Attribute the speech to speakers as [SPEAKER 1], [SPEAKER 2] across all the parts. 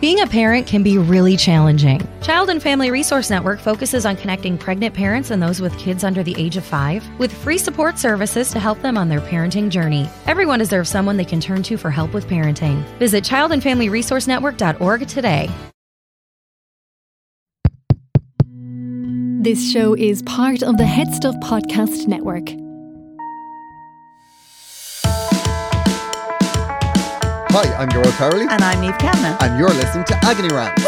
[SPEAKER 1] Being a parent can be really challenging. Child and Family Resource Network focuses on connecting pregnant parents and those with kids under the age of five with free support services to help them on their parenting journey. Everyone deserves someone they can turn to for help with parenting. Visit childandfamilyresourcenetwork.org today.
[SPEAKER 2] This show is part of the Head Stuff Podcast Network.
[SPEAKER 3] Hi, I'm Garo Caroli,
[SPEAKER 4] And I'm Neve Kavanagh.
[SPEAKER 3] and you're listening to Agony Rant.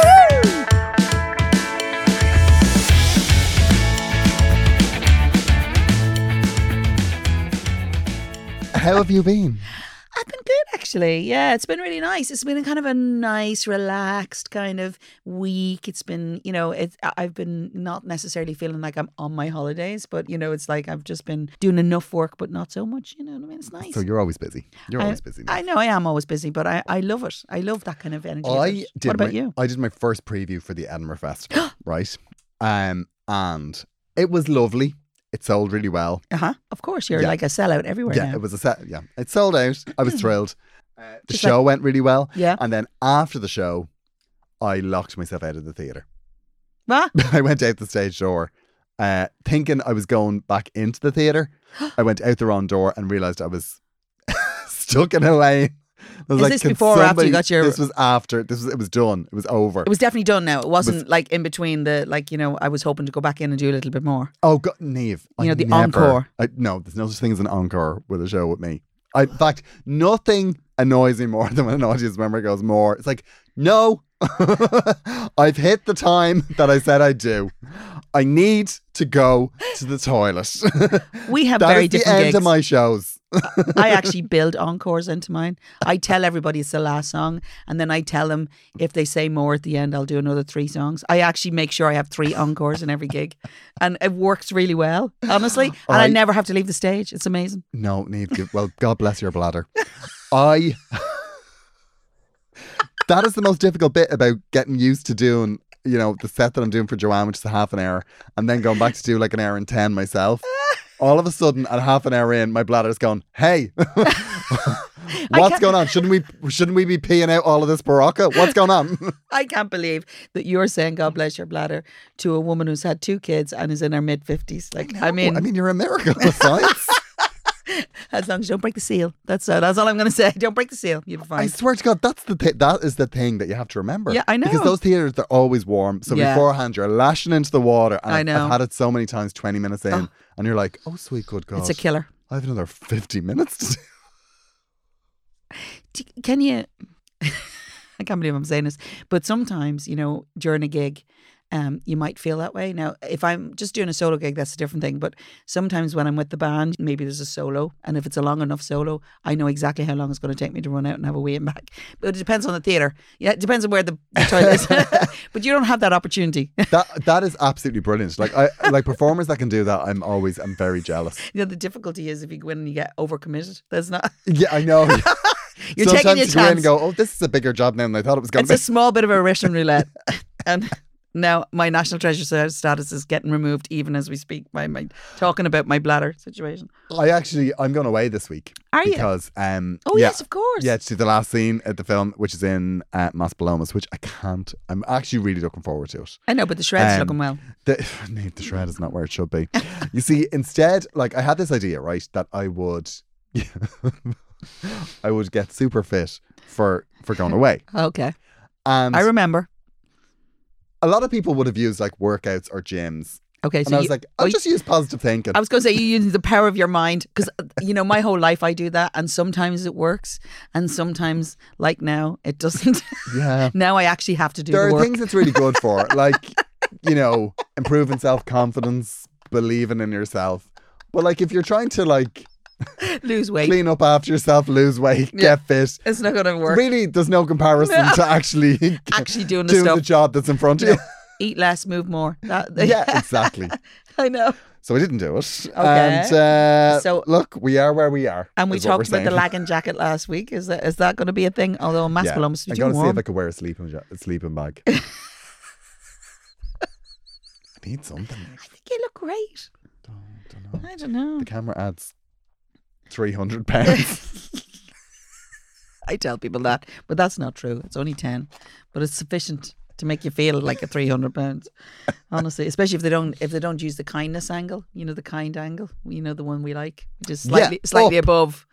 [SPEAKER 3] How have you been?
[SPEAKER 4] I've been good actually. Yeah, it's been really nice. It's been a kind of a nice, relaxed kind of week. It's been, you know, it's I- I've been not necessarily feeling like I'm on my holidays, but you know, it's like I've just been doing enough work, but not so much. You know what I mean? It's nice.
[SPEAKER 3] So you're always busy. You're
[SPEAKER 4] I-
[SPEAKER 3] always busy. now.
[SPEAKER 4] I know I am always busy, but I, I love it. I love that kind of energy. of
[SPEAKER 3] I
[SPEAKER 4] it.
[SPEAKER 3] did.
[SPEAKER 4] what about
[SPEAKER 3] my,
[SPEAKER 4] you?
[SPEAKER 3] I did my first preview for the Edinburgh Festival, right? Um, and it was lovely. It sold really well.
[SPEAKER 4] Uh huh. Of course, you're
[SPEAKER 3] Yeah.
[SPEAKER 4] like a sellout everywhere
[SPEAKER 3] yeah,
[SPEAKER 4] now.
[SPEAKER 3] it was a set. Yeah, it sold out. I was thrilled. Uh, the
[SPEAKER 4] Just like-
[SPEAKER 3] show went really well.
[SPEAKER 4] Yeah.
[SPEAKER 3] and then after the show, I locked myself out of the theater.
[SPEAKER 4] What?
[SPEAKER 3] I went out the stage door, uh, thinking I was going back into the theater. I went out the wrong door and realized I was stuck in a lane. I was
[SPEAKER 4] Is this
[SPEAKER 3] "Can
[SPEAKER 4] before or after you got your-
[SPEAKER 3] This was after. This was. It was done. It was over.
[SPEAKER 4] It was definitely done now. It wasn't like in between the like, you know, I was hoping to go back in and do a little bit more.
[SPEAKER 3] Oh God, Neve! I
[SPEAKER 4] You know, the
[SPEAKER 3] never-
[SPEAKER 4] encore.
[SPEAKER 3] I, no, there's no such thing as an encore with a show with me. I, in fact, nothing annoys me more than when an audience member goes more. It's like, no, I've hit the time that I said I do. I need to go to the toilet.
[SPEAKER 4] We have
[SPEAKER 3] That
[SPEAKER 4] very
[SPEAKER 3] is the
[SPEAKER 4] different
[SPEAKER 3] end
[SPEAKER 4] gigs.
[SPEAKER 3] of my shows.
[SPEAKER 4] I actually build encores into mine. I tell everybody it's the last song, and then I tell them if they say more at the end, I'll do another three songs. I actually make sure I have three encores in every gig, and it works really well, honestly. And I,
[SPEAKER 3] I-
[SPEAKER 4] never have to leave the stage. It's amazing.
[SPEAKER 3] No, Neve. you- Well, God bless your bladder. I. that is the most difficult bit about getting used to doing, you know, the set that I'm doing for Joanne, which is a half an hour, and then going back to do like an hour and ten myself. All of a sudden, at half an hour in, my bladder's going, "Hey, what's
[SPEAKER 4] can't-
[SPEAKER 3] going on? Shouldn't we shouldn't we be peeing out all of this baraka? What's going on?"
[SPEAKER 4] I can't believe that you're saying "God bless your bladder" to a woman who's had two kids and is in her mid fifties. Like, I, mean,
[SPEAKER 3] I mean, you're a miracle of science.
[SPEAKER 4] as long as you don't break the seal, that's uh, that's all I'm going to say. Don't break the seal, you'll be
[SPEAKER 3] I
[SPEAKER 4] fine.
[SPEAKER 3] swear to God, that's the th- that is the thing that you have to remember.
[SPEAKER 4] Yeah, I
[SPEAKER 3] Because
[SPEAKER 4] know.
[SPEAKER 3] those theaters they're always warm, so
[SPEAKER 4] Yeah.
[SPEAKER 3] beforehand you're lashing into the water. And
[SPEAKER 4] I
[SPEAKER 3] I've-
[SPEAKER 4] know.
[SPEAKER 3] I've had it so many times, twenty minutes in, and you're like, "Oh, sweet good God,
[SPEAKER 4] It's a killer.
[SPEAKER 3] I have another fifty minutes." To do.
[SPEAKER 4] do- can you I can't believe I'm saying this, but sometimes, you know, during a gig, um, you might feel that way. Now, if I'm just doing a solo gig, that's a different thing. But sometimes when I'm with the band, maybe there's a solo, and if it's a long enough solo, I know exactly how long it's going to take me to run out and have a wee and back. But it depends on the theater. Yeah, it depends on where the, the toilet is. but you don't have that opportunity.
[SPEAKER 3] That that is absolutely brilliant. Like I like performers that can do that. I'm always I'm very jealous.
[SPEAKER 4] You know, the difficulty is if you go in and you get overcommitted. That's not.
[SPEAKER 3] Yeah, I know.
[SPEAKER 4] You're
[SPEAKER 3] Sometimes you
[SPEAKER 4] taking your
[SPEAKER 3] go in
[SPEAKER 4] chance.
[SPEAKER 3] and go, "Oh, this is a bigger job now than I thought it was going
[SPEAKER 4] It's a
[SPEAKER 3] to
[SPEAKER 4] small bit of a Russian roulette. and now my national treasure sta- status is getting removed even as we speak by my talking about my bladder situation.
[SPEAKER 3] be." I actually I'm going away this week.
[SPEAKER 4] Are you?
[SPEAKER 3] because, um,
[SPEAKER 4] Oh,
[SPEAKER 3] yeah,
[SPEAKER 4] yes, of course.
[SPEAKER 3] Yeah, to the last scene at the film, which is in uh, Mas Palomas, which I can't. I'm actually really looking forward to it.
[SPEAKER 4] I know, but the shred's
[SPEAKER 3] Um,
[SPEAKER 4] looking well.
[SPEAKER 3] The, Nate, the shred is not where it should be. You see, instead, like I had this idea, right, that I would, I would get super fit for for going away.
[SPEAKER 4] Okay.
[SPEAKER 3] And
[SPEAKER 4] I remember.
[SPEAKER 3] a lot of people would have used like workouts or gyms.
[SPEAKER 4] Okay,
[SPEAKER 3] And
[SPEAKER 4] so
[SPEAKER 3] I was
[SPEAKER 4] you-
[SPEAKER 3] like,
[SPEAKER 4] oh,
[SPEAKER 3] I'll
[SPEAKER 4] you-
[SPEAKER 3] just use positive thinking.
[SPEAKER 4] I was going to say you use the power of your mind because you know my whole life I do that, and sometimes it works, and sometimes like now it doesn't.
[SPEAKER 3] yeah.
[SPEAKER 4] now I actually have to do
[SPEAKER 3] there
[SPEAKER 4] the
[SPEAKER 3] are
[SPEAKER 4] work.
[SPEAKER 3] things it's really good for, like you know, improving self confidence, believing in yourself. But like, if you're trying to like
[SPEAKER 4] Lose weight.
[SPEAKER 3] clean up after yourself, lose weight,
[SPEAKER 4] Yeah.
[SPEAKER 3] get fit,
[SPEAKER 4] It's not going to work.
[SPEAKER 3] really, there's no comparison
[SPEAKER 4] No.
[SPEAKER 3] to actually
[SPEAKER 4] Actually doing the
[SPEAKER 3] doing
[SPEAKER 4] stuff.
[SPEAKER 3] the job that's in front of you.
[SPEAKER 4] Eat less, move more. That,
[SPEAKER 3] yeah, exactly.
[SPEAKER 4] I know.
[SPEAKER 3] So we didn't do it.
[SPEAKER 4] Okay.
[SPEAKER 3] And uh,
[SPEAKER 4] So-
[SPEAKER 3] look, we are where we are.
[SPEAKER 4] And we
[SPEAKER 3] is what
[SPEAKER 4] talked
[SPEAKER 3] we're
[SPEAKER 4] about the
[SPEAKER 3] saying.
[SPEAKER 4] lagging jacket last week. Is that is that going to be a thing? Although I'm
[SPEAKER 3] Yeah.
[SPEAKER 4] masculine,
[SPEAKER 3] I'm
[SPEAKER 4] yeah.
[SPEAKER 3] going to see if I could wear a sleeping ja- a sleeping bag. I need something.
[SPEAKER 4] I think you look great.
[SPEAKER 3] don't know.
[SPEAKER 4] I don't know.
[SPEAKER 3] The camera adds three hundred pounds.
[SPEAKER 4] I tell people that, but that's not true. It's only 10, but it's sufficient to make you feel like a 300 pounds. Honestly, especially if they don't if they don't use the kindness angle, you know the kind angle, you know the one we like, which is
[SPEAKER 3] Yeah,
[SPEAKER 4] slightly slightly
[SPEAKER 3] up.
[SPEAKER 4] above.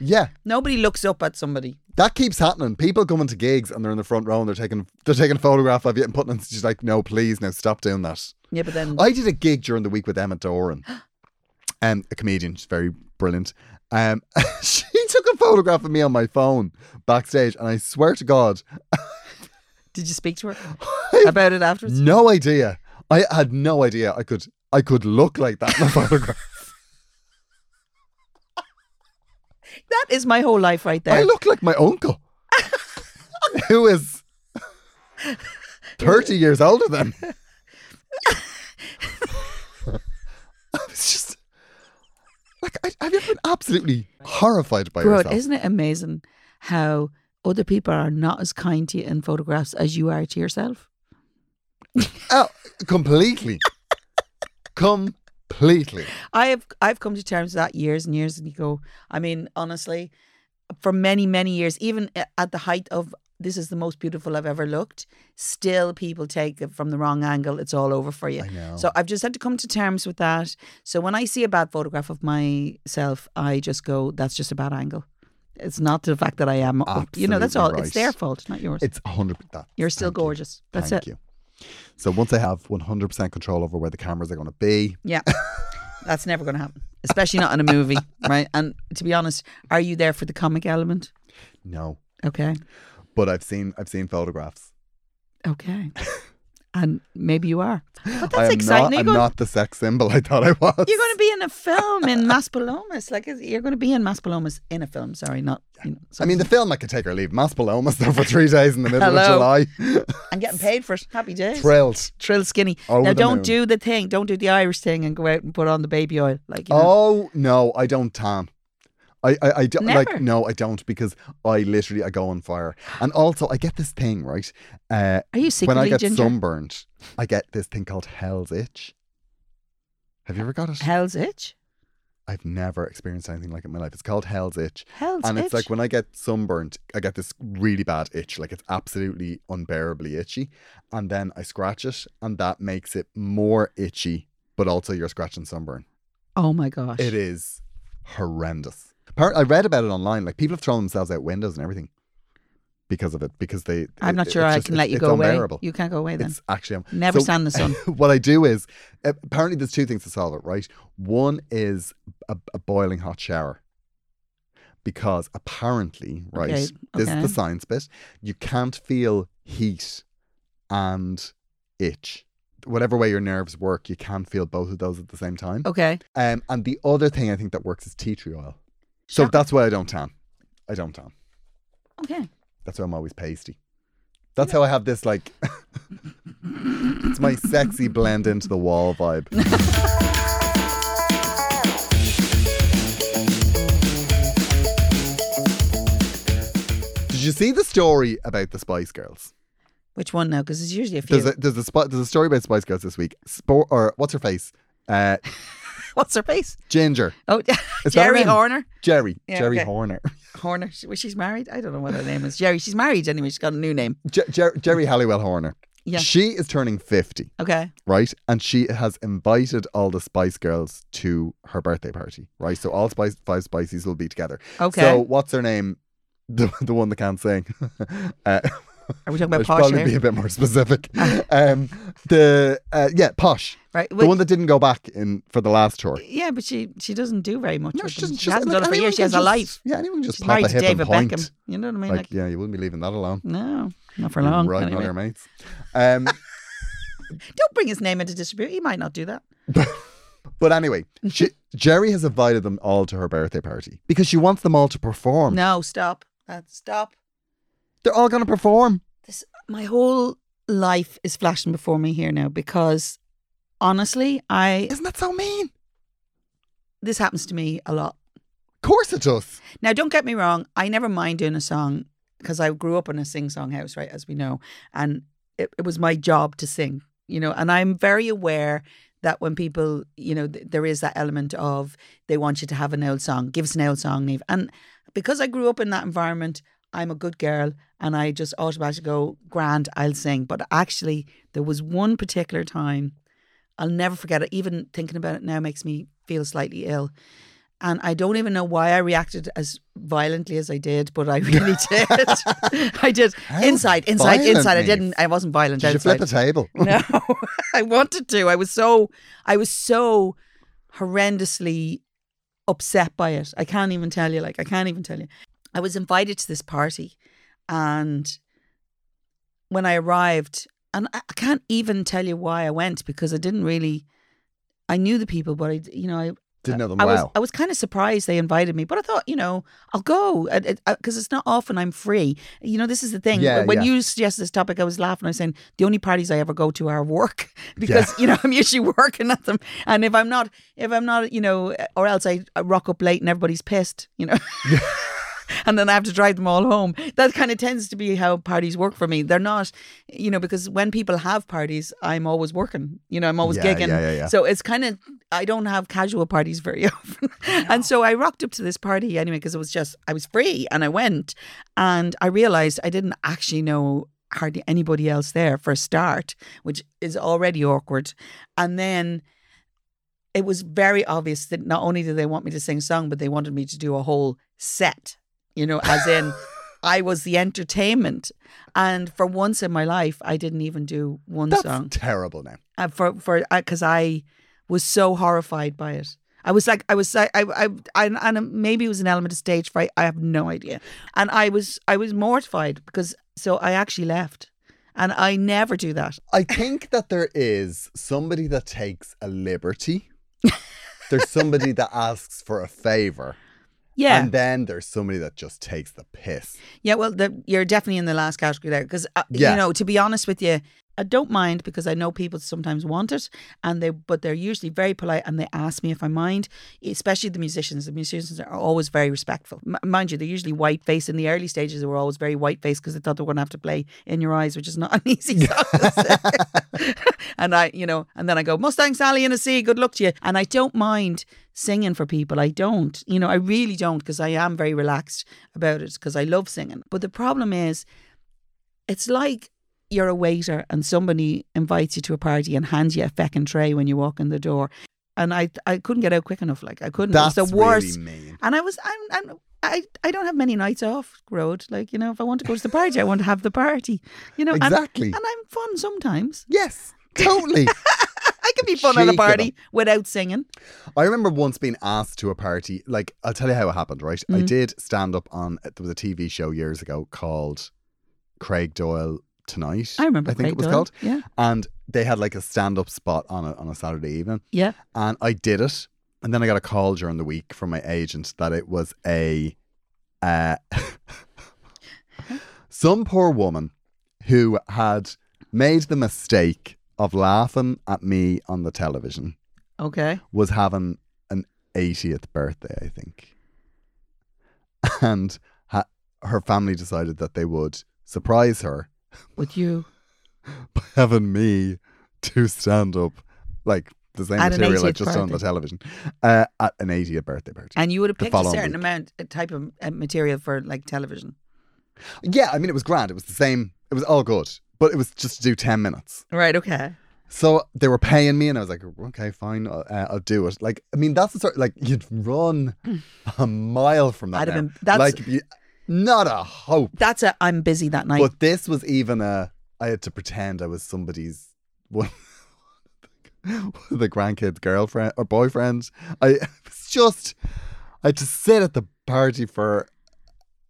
[SPEAKER 3] yeah,
[SPEAKER 4] Nobody looks up at somebody.
[SPEAKER 3] that keeps happening. People coming to gigs and they're in the front row and they're taking they're taking a photograph of you and putting it. She's like, no, please, no, stop doing that.
[SPEAKER 4] Yeah, but then
[SPEAKER 3] I did a gig during the week with Emma Doran, um, a comedian. She's very brilliant. Um, she took a photograph of me on my phone backstage, and I swear to God,
[SPEAKER 4] did you speak to her about it afterwards?
[SPEAKER 3] no idea. I had no idea I could I could look like that in a photograph.
[SPEAKER 4] That is my whole life right there.
[SPEAKER 3] I look like my uncle, who is thirty years older than. me. I was just like, I, have you ever been absolutely horrified by
[SPEAKER 4] Bro,
[SPEAKER 3] yourself?
[SPEAKER 4] isn't it amazing how other people are not as kind to you in photographs as you are to yourself?
[SPEAKER 3] Oh, completely. completely.
[SPEAKER 4] I have I've come to terms with that years and years and go. I mean, honestly, for many many years, even a- at the height of this is the most beautiful I've ever looked. Still, people take it from the wrong angle. It's all over for you.
[SPEAKER 3] I know.
[SPEAKER 4] So I've just had to come to terms with that. So when I see a bad photograph of myself, I just go, "That's just a bad angle." It's not the fact that I am. up- You know, that's all.
[SPEAKER 3] Absolutely
[SPEAKER 4] It's
[SPEAKER 3] right.
[SPEAKER 4] their fault, not yours.
[SPEAKER 3] It's 100 that.
[SPEAKER 4] You're still
[SPEAKER 3] thank you.
[SPEAKER 4] gorgeous. That's
[SPEAKER 3] thank
[SPEAKER 4] it.
[SPEAKER 3] you. So once I have 100% control over where the cameras are going to be,
[SPEAKER 4] Yeah. That's never going to happen, especially not in a movie, right? And to be honest, are you there for the comic element?
[SPEAKER 3] no.
[SPEAKER 4] Okay.
[SPEAKER 3] But I've seen I've seen photographs.
[SPEAKER 4] Okay. And maybe you are. But that's
[SPEAKER 3] I am
[SPEAKER 4] exciting.
[SPEAKER 3] not
[SPEAKER 4] you're,
[SPEAKER 3] I'm
[SPEAKER 4] going,
[SPEAKER 3] not the sex symbol I thought I was.
[SPEAKER 4] you're going to be in a film in Maspalomas. Like it's- you're going to be in Maspalomas in a film. Sorry, not. You know,
[SPEAKER 3] I mean, the film I could take or leave. Mas Palomas there for three days in the middle
[SPEAKER 4] Hello.
[SPEAKER 3] of July.
[SPEAKER 4] I'm getting paid for it. Happy days.
[SPEAKER 3] Thrilled.
[SPEAKER 4] Trill skinny.
[SPEAKER 3] Over
[SPEAKER 4] now
[SPEAKER 3] the
[SPEAKER 4] don't
[SPEAKER 3] moon.
[SPEAKER 4] do the thing. Don't do the Irish thing and go out and put on the baby oil. Like you know.
[SPEAKER 3] Oh no, I don't tan. I I, I don't
[SPEAKER 4] Never.
[SPEAKER 3] like no, I don't because I literally I go on fire. And also I get this thing, right? Uh
[SPEAKER 4] Are you
[SPEAKER 3] when I
[SPEAKER 4] secretly
[SPEAKER 3] get
[SPEAKER 4] ginger?
[SPEAKER 3] sunburned, I get this thing called hell's itch. Have you ever got it?
[SPEAKER 4] Hell's itch.
[SPEAKER 3] I've never experienced anything like it in my life. It's called hell's itch.
[SPEAKER 4] Hell's
[SPEAKER 3] and
[SPEAKER 4] itch.
[SPEAKER 3] it's like when I get sunburnt, I get this really bad itch. Like it's absolutely unbearably itchy. And then I scratch it, and that makes it more itchy, but also you're scratching sunburn.
[SPEAKER 4] oh my gosh.
[SPEAKER 3] It is horrendous. Appar- I read about it online. Like people have thrown themselves out windows and everything because of it. Because they,
[SPEAKER 4] I'm
[SPEAKER 3] it-
[SPEAKER 4] not
[SPEAKER 3] it's
[SPEAKER 4] sure I
[SPEAKER 3] just-
[SPEAKER 4] can
[SPEAKER 3] it's-
[SPEAKER 4] let you
[SPEAKER 3] it's
[SPEAKER 4] go
[SPEAKER 3] unbearable.
[SPEAKER 4] away. You can't go away then.
[SPEAKER 3] It's actually um,
[SPEAKER 4] Never stand in the sun.
[SPEAKER 3] what I do is uh, apparently there's two things to solve it. Right, one is a, a boiling hot shower. Because apparently, right,
[SPEAKER 4] Okay,
[SPEAKER 3] this is
[SPEAKER 4] okay.
[SPEAKER 3] the science bit. You can't feel heat and itch. Whatever way your nerves work, you can't feel both of those at the same time.
[SPEAKER 4] Okay.
[SPEAKER 3] Um, and the other thing I think that works is tea tree oil. So that's why I don't tan. I don't tan.
[SPEAKER 4] Okay.
[SPEAKER 3] That's why I'm always pasty. That's how I have this like. it's my sexy blend into the wall vibe. Did you see the story about the Spice Girls?
[SPEAKER 4] Which one now? Because it's usually a few.
[SPEAKER 3] There's a there's a spi- there's a story about Spice Girls this week. Spor- or what's her face? Uh,
[SPEAKER 4] What's her face?
[SPEAKER 3] Ginger.
[SPEAKER 4] Oh,
[SPEAKER 3] Is that her
[SPEAKER 4] Jerry
[SPEAKER 3] name?
[SPEAKER 4] Horner.
[SPEAKER 3] Jerry.
[SPEAKER 4] Yeah,
[SPEAKER 3] Jerry
[SPEAKER 4] okay.
[SPEAKER 3] Horner.
[SPEAKER 4] Horner. She- well, she's married. I don't know what her name is. Jerry. She's married anyway. She's got a new name.
[SPEAKER 3] Jer- Jer- Jerry Halliwell Horner.
[SPEAKER 4] Yeah.
[SPEAKER 3] She is turning 50,
[SPEAKER 4] Okay.
[SPEAKER 3] right? And she has invited all the Spice Girls to her birthday party, right? So all Spice five Spices will be together.
[SPEAKER 4] Okay.
[SPEAKER 3] So what's her name? The, the one that can't sing. uh,
[SPEAKER 4] Are we talking
[SPEAKER 3] I
[SPEAKER 4] about
[SPEAKER 3] should
[SPEAKER 4] posh eh?
[SPEAKER 3] probably
[SPEAKER 4] hair?
[SPEAKER 3] be a bit more specific. um, the uh, yeah, posh,
[SPEAKER 4] right.
[SPEAKER 3] the
[SPEAKER 4] Well,
[SPEAKER 3] one that didn't go back in for the last tour.
[SPEAKER 4] yeah, but she she doesn't do very much.
[SPEAKER 3] No,
[SPEAKER 4] with
[SPEAKER 3] she
[SPEAKER 4] them.
[SPEAKER 3] doesn't.
[SPEAKER 4] She
[SPEAKER 3] just-
[SPEAKER 4] hasn't
[SPEAKER 3] like,
[SPEAKER 4] done it for
[SPEAKER 3] anyone
[SPEAKER 4] years. She
[SPEAKER 3] can
[SPEAKER 4] has a
[SPEAKER 3] just-
[SPEAKER 4] life.
[SPEAKER 3] Yeah, anyone can just
[SPEAKER 4] She's
[SPEAKER 3] pop
[SPEAKER 4] married
[SPEAKER 3] a
[SPEAKER 4] to
[SPEAKER 3] hip
[SPEAKER 4] David
[SPEAKER 3] and point.
[SPEAKER 4] Beckham. You know what I mean?
[SPEAKER 3] Like,
[SPEAKER 4] Like,
[SPEAKER 3] yeah, you wouldn't be leaving that alone.
[SPEAKER 4] no, not for
[SPEAKER 3] You're
[SPEAKER 4] long.
[SPEAKER 3] riding
[SPEAKER 4] anyway.
[SPEAKER 3] on your mates. Um,
[SPEAKER 4] Don't bring his name into dispute. He might not do that.
[SPEAKER 3] but anyway, she, Jerry has invited them all to her birthday party because she wants them all to perform.
[SPEAKER 4] No, stop. Uh, stop.
[SPEAKER 3] They're all going to perform.
[SPEAKER 4] This my whole life is flashing before me here now because honestly, I
[SPEAKER 3] Isn't that so mean?
[SPEAKER 4] this happens to me a lot.
[SPEAKER 3] Of course it does.
[SPEAKER 4] Now, don't get me wrong. I never mind doing a song because I grew up in a sing-song house, right, as we know, and it, it was my job to sing, you know. And I'm very aware that when people, you know, th- there is that element of they want you to have an old song, give us an old song, Neve. And because I grew up in that environment, I'm a good girl, and I just automatically go grand. I'll sing. But actually, there was one particular time I'll never forget it. Even thinking about it now makes me feel slightly ill and I don't even know why I reacted as violently as I did, but I really did. I did inside, inside,
[SPEAKER 3] violent,
[SPEAKER 4] inside. I
[SPEAKER 3] Niamh.
[SPEAKER 4] didn't. I wasn't violent.
[SPEAKER 3] Did you
[SPEAKER 4] outside.
[SPEAKER 3] flip a table?
[SPEAKER 4] No, I wanted to. I was so, I was so horrendously upset by it. I can't even tell you. Like, I can't even tell you. I was invited to this party, and when I arrived, and I I can't even tell you why I went because I didn't really. I knew the people, but I, you know, I,
[SPEAKER 3] Didn't know them.
[SPEAKER 4] I
[SPEAKER 3] wow.
[SPEAKER 4] was I was kind of surprised they invited me, but I thought, you know, I'll go uh, because it's not often I'm free. You know, this is the thing.
[SPEAKER 3] Yeah,
[SPEAKER 4] when
[SPEAKER 3] yeah.
[SPEAKER 4] you suggested this topic, I was laughing. I was saying the only parties I ever go to are work because you know I'm usually working at them, and if I'm not, if I'm not, you know, or else I, I rock up late and everybody's pissed. You know. And then I have to drive them all home. That kind of tends to be how parties work for me. They're not, you know, because when people have parties, I'm always working. You know, I'm always
[SPEAKER 3] Yeah,
[SPEAKER 4] gigging.
[SPEAKER 3] yeah, yeah, yeah.
[SPEAKER 4] So it's kind of I don't have casual parties very often, and so I rocked up to this party anyway because it was just I was free and I went, and I realized I didn't actually know hardly anybody else there for a start, which is already awkward, and then. It was very obvious that not only did they want me to sing song, but they wanted me to do a whole set, you know, as in I was the entertainment. And for once in my life, I didn't even do one
[SPEAKER 3] That's
[SPEAKER 4] song
[SPEAKER 3] terrible now.
[SPEAKER 4] uh, for for because I was so horrified by it. I was like, I was, I, I, I, and, and maybe it was an element of stage fright. I have no idea. And I was, I was mortified because so I actually left, and I never do that.
[SPEAKER 3] I think that there is somebody that takes a liberty. there's somebody that asks for a favor.
[SPEAKER 4] Yeah,
[SPEAKER 3] And then there's somebody that just takes the piss.
[SPEAKER 4] yeah. Well, the, you're definitely in the last category there because uh,
[SPEAKER 3] Yeah.
[SPEAKER 4] you know, to be honest with you, I don't mind because I know people sometimes want it, and they, but they're usually very polite and they ask me if I mind. Especially the musicians. The musicians are always very respectful. M- mind you, they're usually white faced. In the early stages, they were always very white faced because they thought they were going to have to play "In Your Eyes," which is not an easy song. to sing. and I, you know, and then I go Mustang Sally in a sea. Good luck to you. And I don't mind singing for people. I don't, you know, I really don't because I am very relaxed about it because I love singing. But the problem is it's like you're a waiter and somebody invites you to a party and hands you a feckin' tray when you walk in the door. And I I couldn't get out quick enough. Like I couldn't.
[SPEAKER 3] That's
[SPEAKER 4] it was the worst.
[SPEAKER 3] really mean.
[SPEAKER 4] And I was I'm, I'm I I don't have many nights off road. Like you know, if I want to go to the party, I want to have the party. You know, and-
[SPEAKER 3] Exactly.
[SPEAKER 4] And, I'm fun sometimes.
[SPEAKER 3] Yes, totally.
[SPEAKER 4] I can be fun at a
[SPEAKER 3] Cheek of 'em.
[SPEAKER 4] party without singing.
[SPEAKER 3] I remember once being asked to a party. Like, I'll tell you how it happened, right?
[SPEAKER 4] Mm-hmm.
[SPEAKER 3] I did stand up on, uh, there was a TV show years ago called Craig Doyle Tonight.
[SPEAKER 4] I remember.
[SPEAKER 3] I think
[SPEAKER 4] Craig
[SPEAKER 3] it was
[SPEAKER 4] Doyle.
[SPEAKER 3] called.
[SPEAKER 4] Yeah,
[SPEAKER 3] And they had like a stand up spot on a, on a Saturday evening.
[SPEAKER 4] yeah.
[SPEAKER 3] and I did it. And then I got a call during the week from my agent that it was a uh, some poor woman who had made the mistake of laughing at me on the television
[SPEAKER 4] Okay.
[SPEAKER 3] was having an 80th birthday, I think. And ha- her family decided that they would surprise her
[SPEAKER 4] With you
[SPEAKER 3] by having me do stand up like the same
[SPEAKER 4] At an
[SPEAKER 3] material I
[SPEAKER 4] 80th
[SPEAKER 3] just done on the
[SPEAKER 4] birthday.
[SPEAKER 3] television uh, at an 80th birthday party.
[SPEAKER 4] and you would have
[SPEAKER 3] The
[SPEAKER 4] picked a
[SPEAKER 3] following
[SPEAKER 4] certain
[SPEAKER 3] week.
[SPEAKER 4] amount a type of uh, material for like television.
[SPEAKER 3] yeah, I mean it was grand. It was the same. It was all good, but it was just to do 10 minutes.
[SPEAKER 4] Right. Okay.
[SPEAKER 3] So they were paying me, and I was like, okay, fine, I'll, uh, I'll do it. Like, I mean, that's the sort like you'd run a mile from that.
[SPEAKER 4] I'd have
[SPEAKER 3] now.
[SPEAKER 4] been- that's-
[SPEAKER 3] like, you- Not a hope.
[SPEAKER 4] That's a I'm busy that night.
[SPEAKER 3] But this was even a. I had to pretend I was somebody's one, one of the grandkid's girlfriend or boyfriend. I it was just. I had to sit at the party for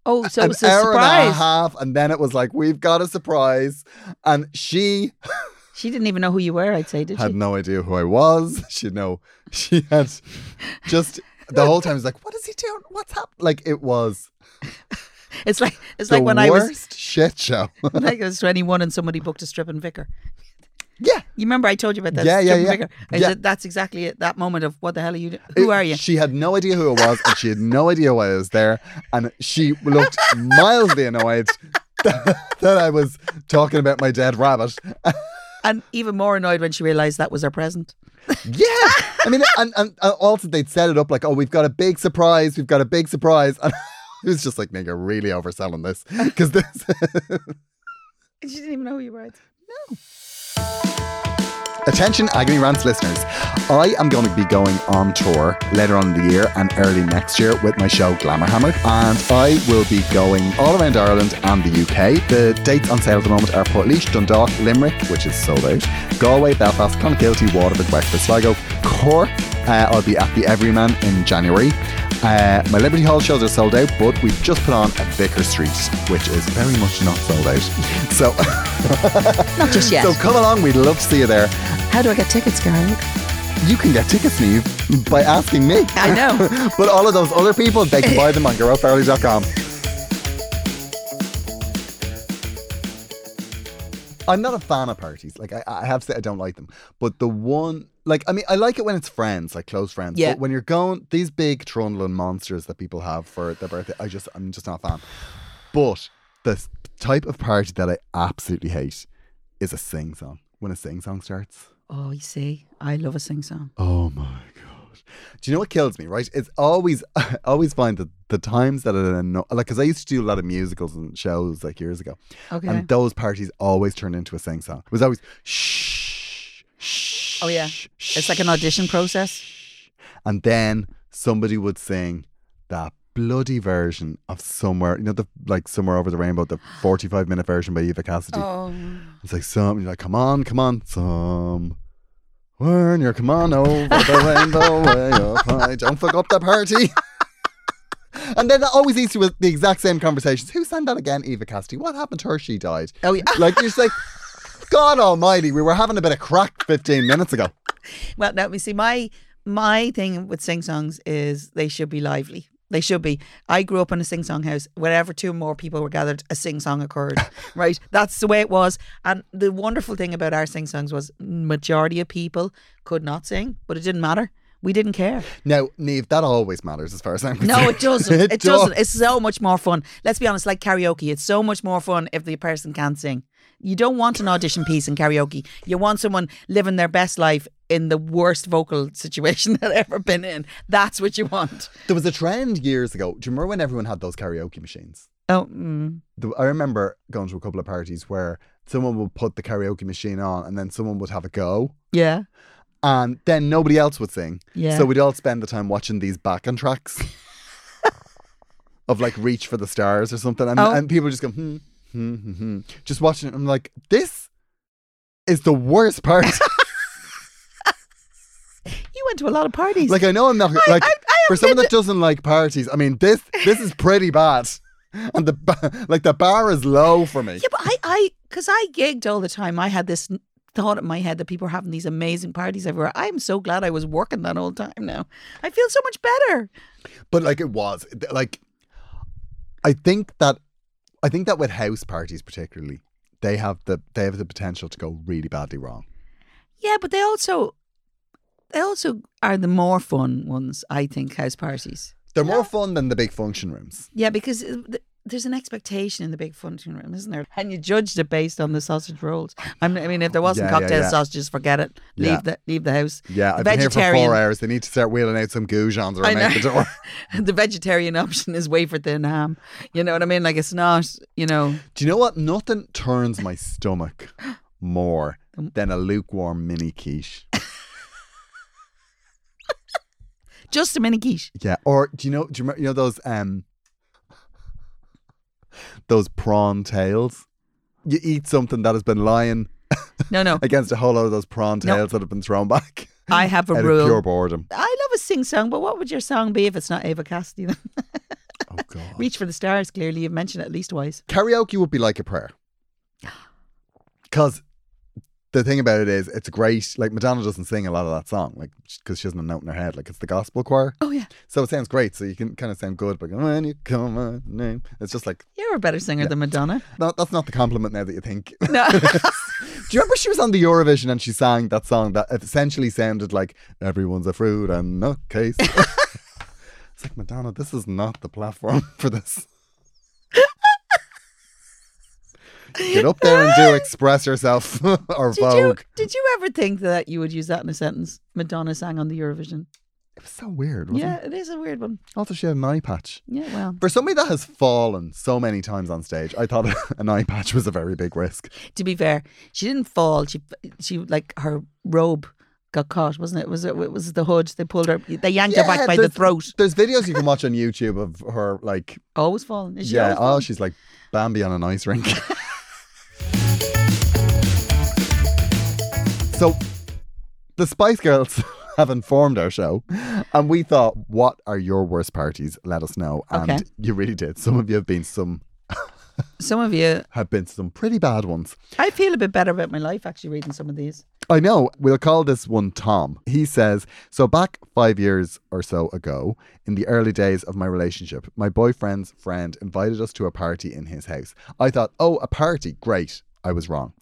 [SPEAKER 4] oh, so it
[SPEAKER 3] an
[SPEAKER 4] was a
[SPEAKER 3] hour and a
[SPEAKER 4] surprise.
[SPEAKER 3] half, and then it was like we've got a surprise, and she
[SPEAKER 4] She didn't even know who you were, I'd say, did
[SPEAKER 3] had
[SPEAKER 4] she?
[SPEAKER 3] no idea who I was. She know she had just the whole time. Was like, what is he doing? What's up? Like it was
[SPEAKER 4] It's like it's
[SPEAKER 3] the
[SPEAKER 4] like when I was
[SPEAKER 3] worst shit show.
[SPEAKER 4] like I was 21 and somebody booked a strip and vicar.
[SPEAKER 3] yeah,
[SPEAKER 4] You remember I told you about that?
[SPEAKER 3] Yeah, yeah,
[SPEAKER 4] strip and
[SPEAKER 3] yeah.
[SPEAKER 4] Vicar? I
[SPEAKER 3] Yeah.
[SPEAKER 4] said that's exactly it. That moment of what the hell are you? do- Who
[SPEAKER 3] It-
[SPEAKER 4] are you?
[SPEAKER 3] She had no idea who it was, and she had no idea why I was there, and she looked mildly annoyed. That, that I was talking about my dead rabbit.
[SPEAKER 4] And even more annoyed when she realised that was her present.
[SPEAKER 3] Yeah, I mean, and, and, and also they'd set it up like, oh, we've got a big surprise, we've got a big surprise, and it was just like, nigga, really overselling this because this
[SPEAKER 4] She didn't even know who you were.
[SPEAKER 3] Attention Agony Rants listeners. I am going to be going on tour later on in the year and early next year with my show Glamour Hammered. And I will be going all around Ireland and the UK. The dates on sale at the moment are Portleash, Dundalk, Limerick, which is sold out, Galway, Belfast, Clonakilty, Waterford, Wexford, Sligo, Cork. Uh, I'll be at the Everyman in January. Uh, my Liberty Hall shows are sold out, but we've just put on at Vicker Street, which is very much not sold out. So,
[SPEAKER 4] Not just yet.
[SPEAKER 3] so come along, we'd love to see you there.
[SPEAKER 4] How do I get tickets, Garlic?
[SPEAKER 3] You can get tickets, Neve, by asking me.
[SPEAKER 4] I know.
[SPEAKER 3] But all of those other people, they can buy them on girlfarley.com. I'm not a fan of parties. Like I, I have said, I don't like them. But the one, like I mean, I like it when it's friends, like close friends.
[SPEAKER 4] Yeah.
[SPEAKER 3] But when you're going these big trundling monsters that people have for their birthday, I just, I'm just not a fan. But the s- type of party that I absolutely hate is a sing song. When a sing song starts.
[SPEAKER 4] Oh, you see, I love a sing song.
[SPEAKER 3] Oh my gosh. Do you know what kills me, right? It's always, I always find that the times that it anno- like, because I used to do a lot of musicals and shows like years ago,
[SPEAKER 4] Okay.
[SPEAKER 3] and those parties always turned into a sing song. It was always shh, shh.
[SPEAKER 4] Oh, yeah. It's like an audition process.
[SPEAKER 3] And then somebody would sing that bloody version of somewhere, you know, the like somewhere over the rainbow, the 45 minute version by Eva Cassidy.
[SPEAKER 4] Oh,
[SPEAKER 3] It's like some. You're like, come on, come on, some. When you're come on over the rainbow way up high, don't fuck up the party. and then that always leads to the exact same conversations. Who sang that again? Eva Cassidy. What happened to her? She died.
[SPEAKER 4] oh yeah.
[SPEAKER 3] Like you're just like, God Almighty, we were having a bit of crack 15 minutes ago.
[SPEAKER 4] Well, now we see my my thing with sing songs is they should be lively. They should be. I grew up in a sing song house. Wherever two or more people were gathered, a sing song occurred. right, that's the way it was. And the wonderful thing about our sing songs was majority of people could not sing, but it didn't matter. We didn't care.
[SPEAKER 3] Now, Neve, that always matters as far as I'm concerned.
[SPEAKER 4] No, it doesn't.
[SPEAKER 3] It
[SPEAKER 4] it doesn't.
[SPEAKER 3] does.
[SPEAKER 4] It's so much more fun. Let's be honest, like karaoke, it's so much more fun if the person can't sing. You don't want an audition piece in karaoke. You want someone living their best life in the worst vocal situation they've ever been in. That's what you want.
[SPEAKER 3] There was a trend years ago. Do you remember when everyone had those karaoke machines?
[SPEAKER 4] Oh, mm.
[SPEAKER 3] the, I remember going to a couple of parties where someone would put the karaoke machine on and then someone would have a go
[SPEAKER 4] yeah.
[SPEAKER 3] and then nobody else would sing.
[SPEAKER 4] Yeah.
[SPEAKER 3] So we'd all spend the time watching these back on tracks of like Reach for the Stars or something. And,
[SPEAKER 4] Oh.
[SPEAKER 3] and people just go, hmm, hmm, hmm, hmm. Just watching it. I'm like, this is the worst part.
[SPEAKER 4] You went to a lot of parties.
[SPEAKER 3] like, I know I'm not,
[SPEAKER 4] I-
[SPEAKER 3] like,
[SPEAKER 4] I- I
[SPEAKER 3] for
[SPEAKER 4] have
[SPEAKER 3] someone
[SPEAKER 4] been
[SPEAKER 3] that doesn't like parties, I mean, this this is pretty bad. And the ba- like the bar is low for me.
[SPEAKER 4] yeah, but I, I, because I gigged all the time. I had this n- thought in my head that people were having these amazing parties everywhere. I'm so glad I was working that whole time now. I feel so much better.
[SPEAKER 3] But like it was Th- like I think that I think that with house parties particularly they have the they have the potential to go really badly wrong.
[SPEAKER 4] Yeah, but they also they also are the more fun ones, I think, house parties.
[SPEAKER 3] They're more fun than the big function rooms.
[SPEAKER 4] Yeah, because uh, th- there's an expectation in the big function room, isn't there? And you judged it based on the sausage rolls. I mean, I mean if there wasn't
[SPEAKER 3] Yeah, yeah,
[SPEAKER 4] cocktail
[SPEAKER 3] yeah.
[SPEAKER 4] sausages, forget it. Leave
[SPEAKER 3] Yeah.
[SPEAKER 4] the leave the house.
[SPEAKER 3] Yeah,
[SPEAKER 4] the
[SPEAKER 3] I've been here for
[SPEAKER 4] vegetarian,
[SPEAKER 3] four hours. They need to start wheeling out some goujons
[SPEAKER 4] I
[SPEAKER 3] around out the
[SPEAKER 4] know.
[SPEAKER 3] door.
[SPEAKER 4] the vegetarian option is wafer thin ham. You know what I mean? Like it's not. You know.
[SPEAKER 3] Do you know what? Nothing turns my stomach more
[SPEAKER 4] Um.
[SPEAKER 3] than a lukewarm mini quiche.
[SPEAKER 4] Just a mini quiche.
[SPEAKER 3] Yeah, or do you know? Do you remember? You know those um. Those prawn tails. You eat something that has been lying
[SPEAKER 4] No, no.
[SPEAKER 3] against a whole lot of those prawn
[SPEAKER 4] No.
[SPEAKER 3] tails that have been thrown back
[SPEAKER 4] I have a
[SPEAKER 3] out
[SPEAKER 4] rule.
[SPEAKER 3] of pure boredom.
[SPEAKER 4] I love a sing song, but what would your song be if it's not Ava Cassidy? then?
[SPEAKER 3] Oh god.
[SPEAKER 4] Reach for the stars. Clearly, you've mentioned it at least twice.
[SPEAKER 3] karaoke would be like a prayer. Because the thing about it is, it's great. Like Madonna doesn't sing a lot of that song, like because she doesn't know it in her head. Like it's the gospel choir,
[SPEAKER 4] Oh yeah,
[SPEAKER 3] so it sounds great. So you can kind of sound good, but when you come my name, it's just like
[SPEAKER 4] you're a better singer than Madonna.
[SPEAKER 3] no, that's not the compliment now that you think. Do
[SPEAKER 4] No,
[SPEAKER 3] you remember she was on the Eurovision and she sang that song that essentially sounded like "Everyone's a fruit and nutcase." it's like Madonna, this is not the platform for this. Get up there and do express yourself or
[SPEAKER 4] did you
[SPEAKER 3] Vogue.
[SPEAKER 4] did you ever think that you would use that in a sentence? Madonna sang on the Eurovision.
[SPEAKER 3] It was so weird, wasn't
[SPEAKER 4] yeah,
[SPEAKER 3] it?
[SPEAKER 4] it is a weird one.
[SPEAKER 3] Also, she had an eye patch.
[SPEAKER 4] Yeah, well,
[SPEAKER 3] For somebody that has fallen so many times on stage, I thought an eye patch was a very big risk.
[SPEAKER 4] to be fair, she didn't fall. She she like her robe got caught, wasn't it? Was it it was the hood? They pulled her. They yanked her back by the
[SPEAKER 3] there's-
[SPEAKER 4] throat.
[SPEAKER 3] There's videos you can watch on YouTube of her like
[SPEAKER 4] Always falling. Is she
[SPEAKER 3] yeah,
[SPEAKER 4] always
[SPEAKER 3] oh,
[SPEAKER 4] falling?
[SPEAKER 3] she's like Bambi on an ice rink. so the Spice Girls have informed our show, and we thought, what are your worst parties? Let us know. And
[SPEAKER 4] Okay.
[SPEAKER 3] you really did. Some of you have been some
[SPEAKER 4] Some of you,
[SPEAKER 3] have been some pretty bad ones.
[SPEAKER 4] I feel a bit better about my life actually reading some of these.
[SPEAKER 3] I know. We'll call this one Tom. He says, So back five years or so ago, in the early days of my relationship, my boyfriend's friend invited us to a party in his house. I thought, Oh, a party. Great. I was wrong.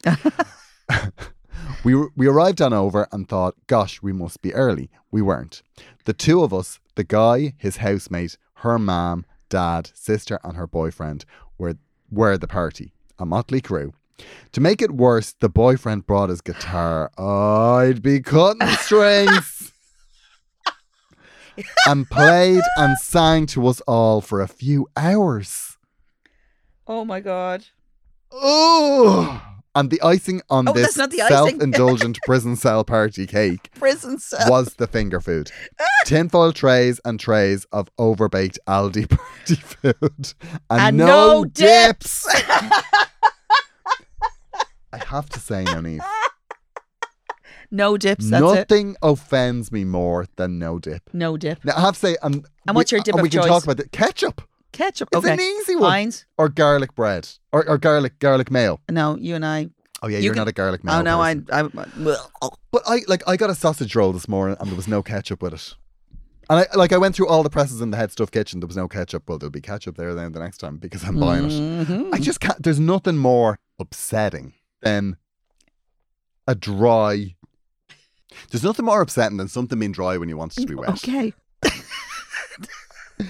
[SPEAKER 3] we, were- we arrived on over and thought, Gosh, we must be early. We weren't. The two of us, the guy, his housemate, her mom, dad, sister, and her boyfriend, were, were the party. A motley crew. To make it worse, the boyfriend brought his guitar. I'd be cutting strings. and played and sang to us all for a few hours.
[SPEAKER 4] Oh my god.
[SPEAKER 3] Oh! And the icing on
[SPEAKER 4] Oh,
[SPEAKER 3] this
[SPEAKER 4] that's not the icing.
[SPEAKER 3] self-indulgent prison cell party cake
[SPEAKER 4] Prison cell.
[SPEAKER 3] was the finger food. Tinfoil trays and trays of overbaked Aldi party food. And,
[SPEAKER 4] And no
[SPEAKER 3] I have to say, Noneve,
[SPEAKER 4] No dips. That's it.
[SPEAKER 3] Nothing offends me more than no dip.
[SPEAKER 4] No dip.
[SPEAKER 3] Now I have to say, um,
[SPEAKER 4] And what's your dip
[SPEAKER 3] and
[SPEAKER 4] of
[SPEAKER 3] we can
[SPEAKER 4] choice?
[SPEAKER 3] talk about the ketchup.
[SPEAKER 4] Ketchup.
[SPEAKER 3] It's
[SPEAKER 4] okay.
[SPEAKER 3] an easy one.
[SPEAKER 4] Heinz.
[SPEAKER 3] Or garlic bread, or, or garlic garlic mayo.
[SPEAKER 4] No, you and I.
[SPEAKER 3] Oh yeah,
[SPEAKER 4] You
[SPEAKER 3] you are
[SPEAKER 4] can-
[SPEAKER 3] not a garlic mayo.
[SPEAKER 4] Oh no, I.
[SPEAKER 3] person.
[SPEAKER 4] I well,
[SPEAKER 3] But I like I got a sausage roll this morning, and there was no ketchup with it. And I like I went through all the presses in the head stuff kitchen. There was no ketchup. Well, there'll be ketchup there then the next time because I'm buying
[SPEAKER 4] mm-hmm.
[SPEAKER 3] it.
[SPEAKER 4] Mm.
[SPEAKER 3] I just can't. There's nothing more upsetting than a dry. There's nothing more upsetting than something being dry when you want it to be wet.
[SPEAKER 4] okay.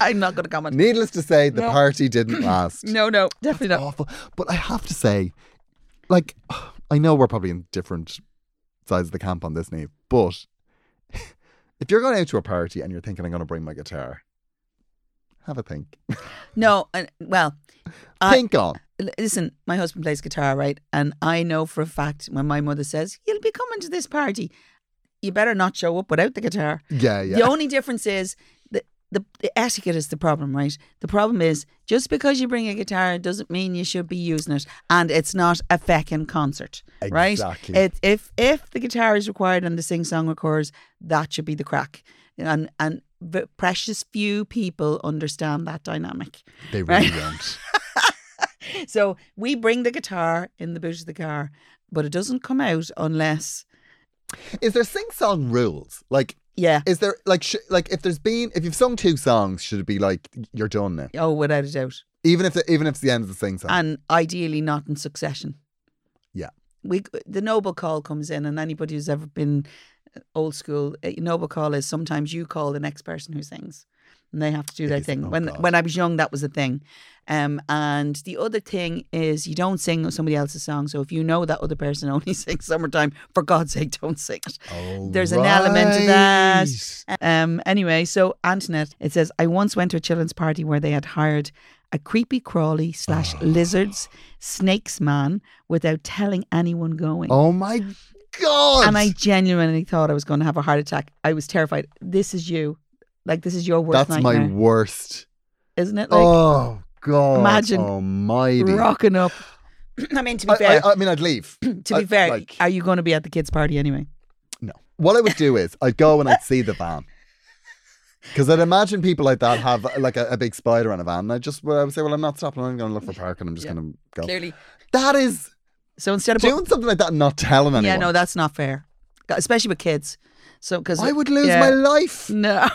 [SPEAKER 4] I'm not going to comment.
[SPEAKER 3] Needless to say, the
[SPEAKER 4] No.
[SPEAKER 3] party didn't last.
[SPEAKER 4] No, no, definitely not.
[SPEAKER 3] Awful. But I have to say, like, I know we're probably in different sides of the camp on this, Neve, but if you're going out to a party and you're thinking, I'm going to bring my guitar, have a think.
[SPEAKER 4] No, and well, I-
[SPEAKER 3] think on.
[SPEAKER 4] l- listen, my husband plays guitar, right? And I know for a fact when my mother says, You'll be coming to this party, you better not show up without the guitar.
[SPEAKER 3] Yeah, yeah.
[SPEAKER 4] The only difference is the, the, the etiquette is the problem, right? The problem is just because you bring a guitar doesn't mean you should be using it, and it's not a feckin' concert,
[SPEAKER 3] Exactly.
[SPEAKER 4] right? It, if if the guitar is required and the sing song occurs, that should be the crack, and and v- precious few people understand that dynamic.
[SPEAKER 3] they
[SPEAKER 4] right.
[SPEAKER 3] really don't.
[SPEAKER 4] So we bring the guitar in the boot of the car, but it doesn't come out unless
[SPEAKER 3] Is there sing song rules? Like,
[SPEAKER 4] yeah.
[SPEAKER 3] is there, like, sh- like if there's been, if you've sung two songs, should it be like, you're done now?
[SPEAKER 4] Oh, without a doubt.
[SPEAKER 3] Even if, the, even if it's the end of the sing song.
[SPEAKER 4] and ideally not in succession.
[SPEAKER 3] Yeah.
[SPEAKER 4] we the noble call comes in, and anybody who's ever been uh, old school, a noble call is sometimes you call the next person who sings, and they have to do
[SPEAKER 3] It
[SPEAKER 4] their
[SPEAKER 3] is-
[SPEAKER 4] thing.
[SPEAKER 3] oh,
[SPEAKER 4] when
[SPEAKER 3] God.
[SPEAKER 4] when I was young, that was a thing. Um, and the other thing is you don't sing somebody else's song. So if you know that other person only sings "Summertime," for God's sake, don't sing it.
[SPEAKER 3] Oh,
[SPEAKER 4] There's an element to that.
[SPEAKER 3] right.
[SPEAKER 4] Um, anyway, so Antoinette, it says, I once went to a children's party where they had hired a creepy crawly slash
[SPEAKER 3] Ah.
[SPEAKER 4] lizards snakes man without telling anyone going.
[SPEAKER 3] Oh my god!
[SPEAKER 4] and I genuinely thought I was going to have a heart attack. I was terrified. This is you. Like, this is your worst
[SPEAKER 3] that's
[SPEAKER 4] nightmare,
[SPEAKER 3] my worst.
[SPEAKER 4] isn't it? Like,
[SPEAKER 3] oh God
[SPEAKER 4] Imagine
[SPEAKER 3] almighty.
[SPEAKER 4] rocking up. I mean, to be
[SPEAKER 3] I,
[SPEAKER 4] fair,
[SPEAKER 3] I, I mean, I'd leave.
[SPEAKER 4] to be
[SPEAKER 3] I-
[SPEAKER 4] fair,
[SPEAKER 3] like-
[SPEAKER 4] are you going to be at the kids' party anyway?
[SPEAKER 3] No. What I would do is I'd go and I'd see the van. Because I'd imagine people like that have like a, a big spider on a van. And I just, well, I would say, well, I'm not stopping. I'm going to look for parking. I'm just going to go.
[SPEAKER 4] Clearly.
[SPEAKER 3] That is
[SPEAKER 4] So instead of
[SPEAKER 3] doing something like that and not telling anyone.
[SPEAKER 4] yeah, no, that's not fair, especially with kids. So because
[SPEAKER 3] I would lose
[SPEAKER 4] yeah.
[SPEAKER 3] my life.
[SPEAKER 4] No.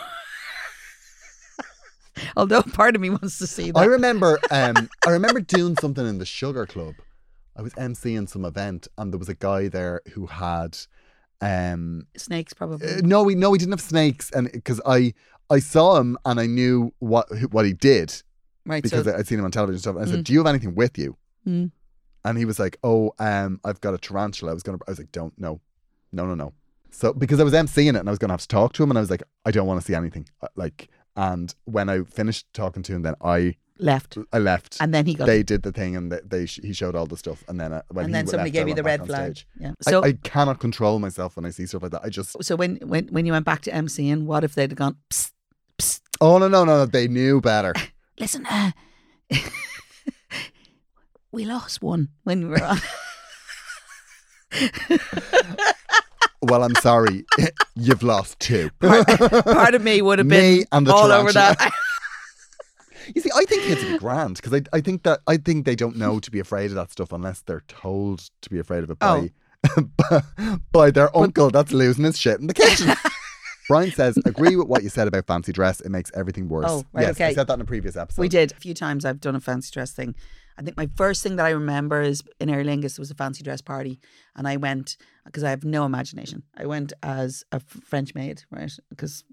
[SPEAKER 4] Although part of me wants to see that.
[SPEAKER 3] I remember um I remember doing something in the Sugar Club. I was emceeing some event and there was a guy there who had um
[SPEAKER 4] Snakes probably.
[SPEAKER 3] uh, no we no we didn't have snakes and because I I saw him and I knew what who- what he did
[SPEAKER 4] right. So
[SPEAKER 3] because uh, I'd seen him on television and stuff and I said, "Do you have anything with you?"
[SPEAKER 4] Mm.
[SPEAKER 3] And he was like, "Oh, um I've got a tarantula." I was going to I was like, "Don't no. No, no, no." So because I was emceeing it and I was going to have to talk to him and I was like, "I don't want to see anything." Uh, Like and when I finished talking to him then I
[SPEAKER 4] left.
[SPEAKER 3] I left
[SPEAKER 4] And then he got
[SPEAKER 3] they did the thing and they, they sh- he showed all the stuff and then uh, when
[SPEAKER 4] and
[SPEAKER 3] he
[SPEAKER 4] then
[SPEAKER 3] left,
[SPEAKER 4] somebody
[SPEAKER 3] I
[SPEAKER 4] gave you
[SPEAKER 3] went
[SPEAKER 4] the
[SPEAKER 3] back
[SPEAKER 4] red
[SPEAKER 3] on
[SPEAKER 4] flag.
[SPEAKER 3] stage.
[SPEAKER 4] Yeah.
[SPEAKER 3] I-
[SPEAKER 4] So
[SPEAKER 3] I, cannot control myself when I see stuff like that. I just
[SPEAKER 4] so when, when when you went back to MCing, what if they'd have gone, Psst, psst,
[SPEAKER 3] oh no no no no, they knew better.
[SPEAKER 4] listen, uh, we lost one when we were on.
[SPEAKER 3] well, I'm sorry, you've lost two.
[SPEAKER 4] part of me would have
[SPEAKER 3] Me
[SPEAKER 4] been
[SPEAKER 3] and the
[SPEAKER 4] all over that.
[SPEAKER 3] you see, I think kids would be grand because I I think that I think they don't know to be afraid of that stuff unless they're told to be afraid of it by
[SPEAKER 4] Oh.
[SPEAKER 3] by their uncle that's losing his shit in the kitchen. Brian says, agree with what you said about fancy dress. It makes everything worse.
[SPEAKER 4] Oh, right,
[SPEAKER 3] yes, I
[SPEAKER 4] okay.
[SPEAKER 3] said that in a previous episode.
[SPEAKER 4] We did. A few times I've done a fancy dress thing. I think my first thing that I remember is in Aer Lingus, there was a fancy dress party. And I went, because I have no imagination, I went as a F- French maid, right? Because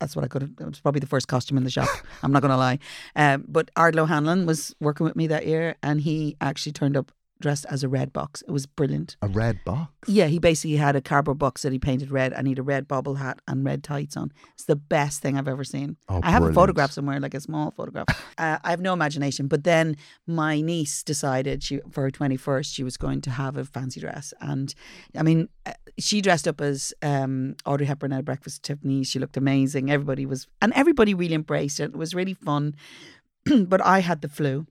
[SPEAKER 4] that's what I could have, it was probably the first costume in the shop. I'm not going to lie. Um, but Ardlo Hanlon was working with me that year and he actually turned up dressed as a red box. It was brilliant.
[SPEAKER 3] A red box.
[SPEAKER 4] Yeah, he basically had a cardboard box that he painted red, and he had a red bobble hat and red tights on. It's the best thing I've ever seen.
[SPEAKER 3] Oh,
[SPEAKER 4] I have
[SPEAKER 3] brilliant.
[SPEAKER 4] a photograph somewhere, like a small photograph. uh, I have no imagination. But then my niece decided she for her twenty first she was going to have a fancy dress, and I mean, uh, she dressed up as um, Audrey Hepburn at Breakfast at Tiffany's. She looked amazing. Everybody was, and everybody really embraced it. It was really fun. but I had the flu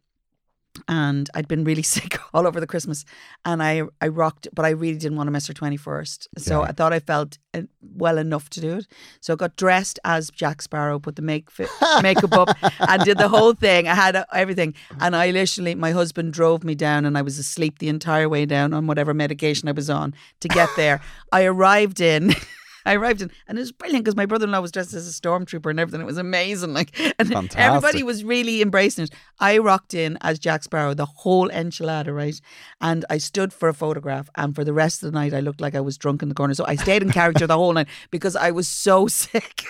[SPEAKER 4] and I'd been really sick all over the Christmas, and I I rocked, but I really didn't want to miss her twenty first. So
[SPEAKER 3] Yeah.
[SPEAKER 4] I thought I felt uh, well enough to do it. So I got dressed as Jack Sparrow, put the make fi- makeup up, and did the whole thing. I had uh, everything, and I literally my husband drove me down, and I was asleep the entire way down on whatever medication I was on to get there. I arrived in. I arrived in, and it was brilliant because my brother-in-law was dressed as a stormtrooper and everything. It was amazing, like, and
[SPEAKER 3] Fantastic.
[SPEAKER 4] everybody was really embracing it. I rocked in as Jack Sparrow, the whole enchilada, right? And I stood for a photograph, and for the rest of the night, I looked like I was drunk in the corner. So I stayed in character the whole night because I was so sick.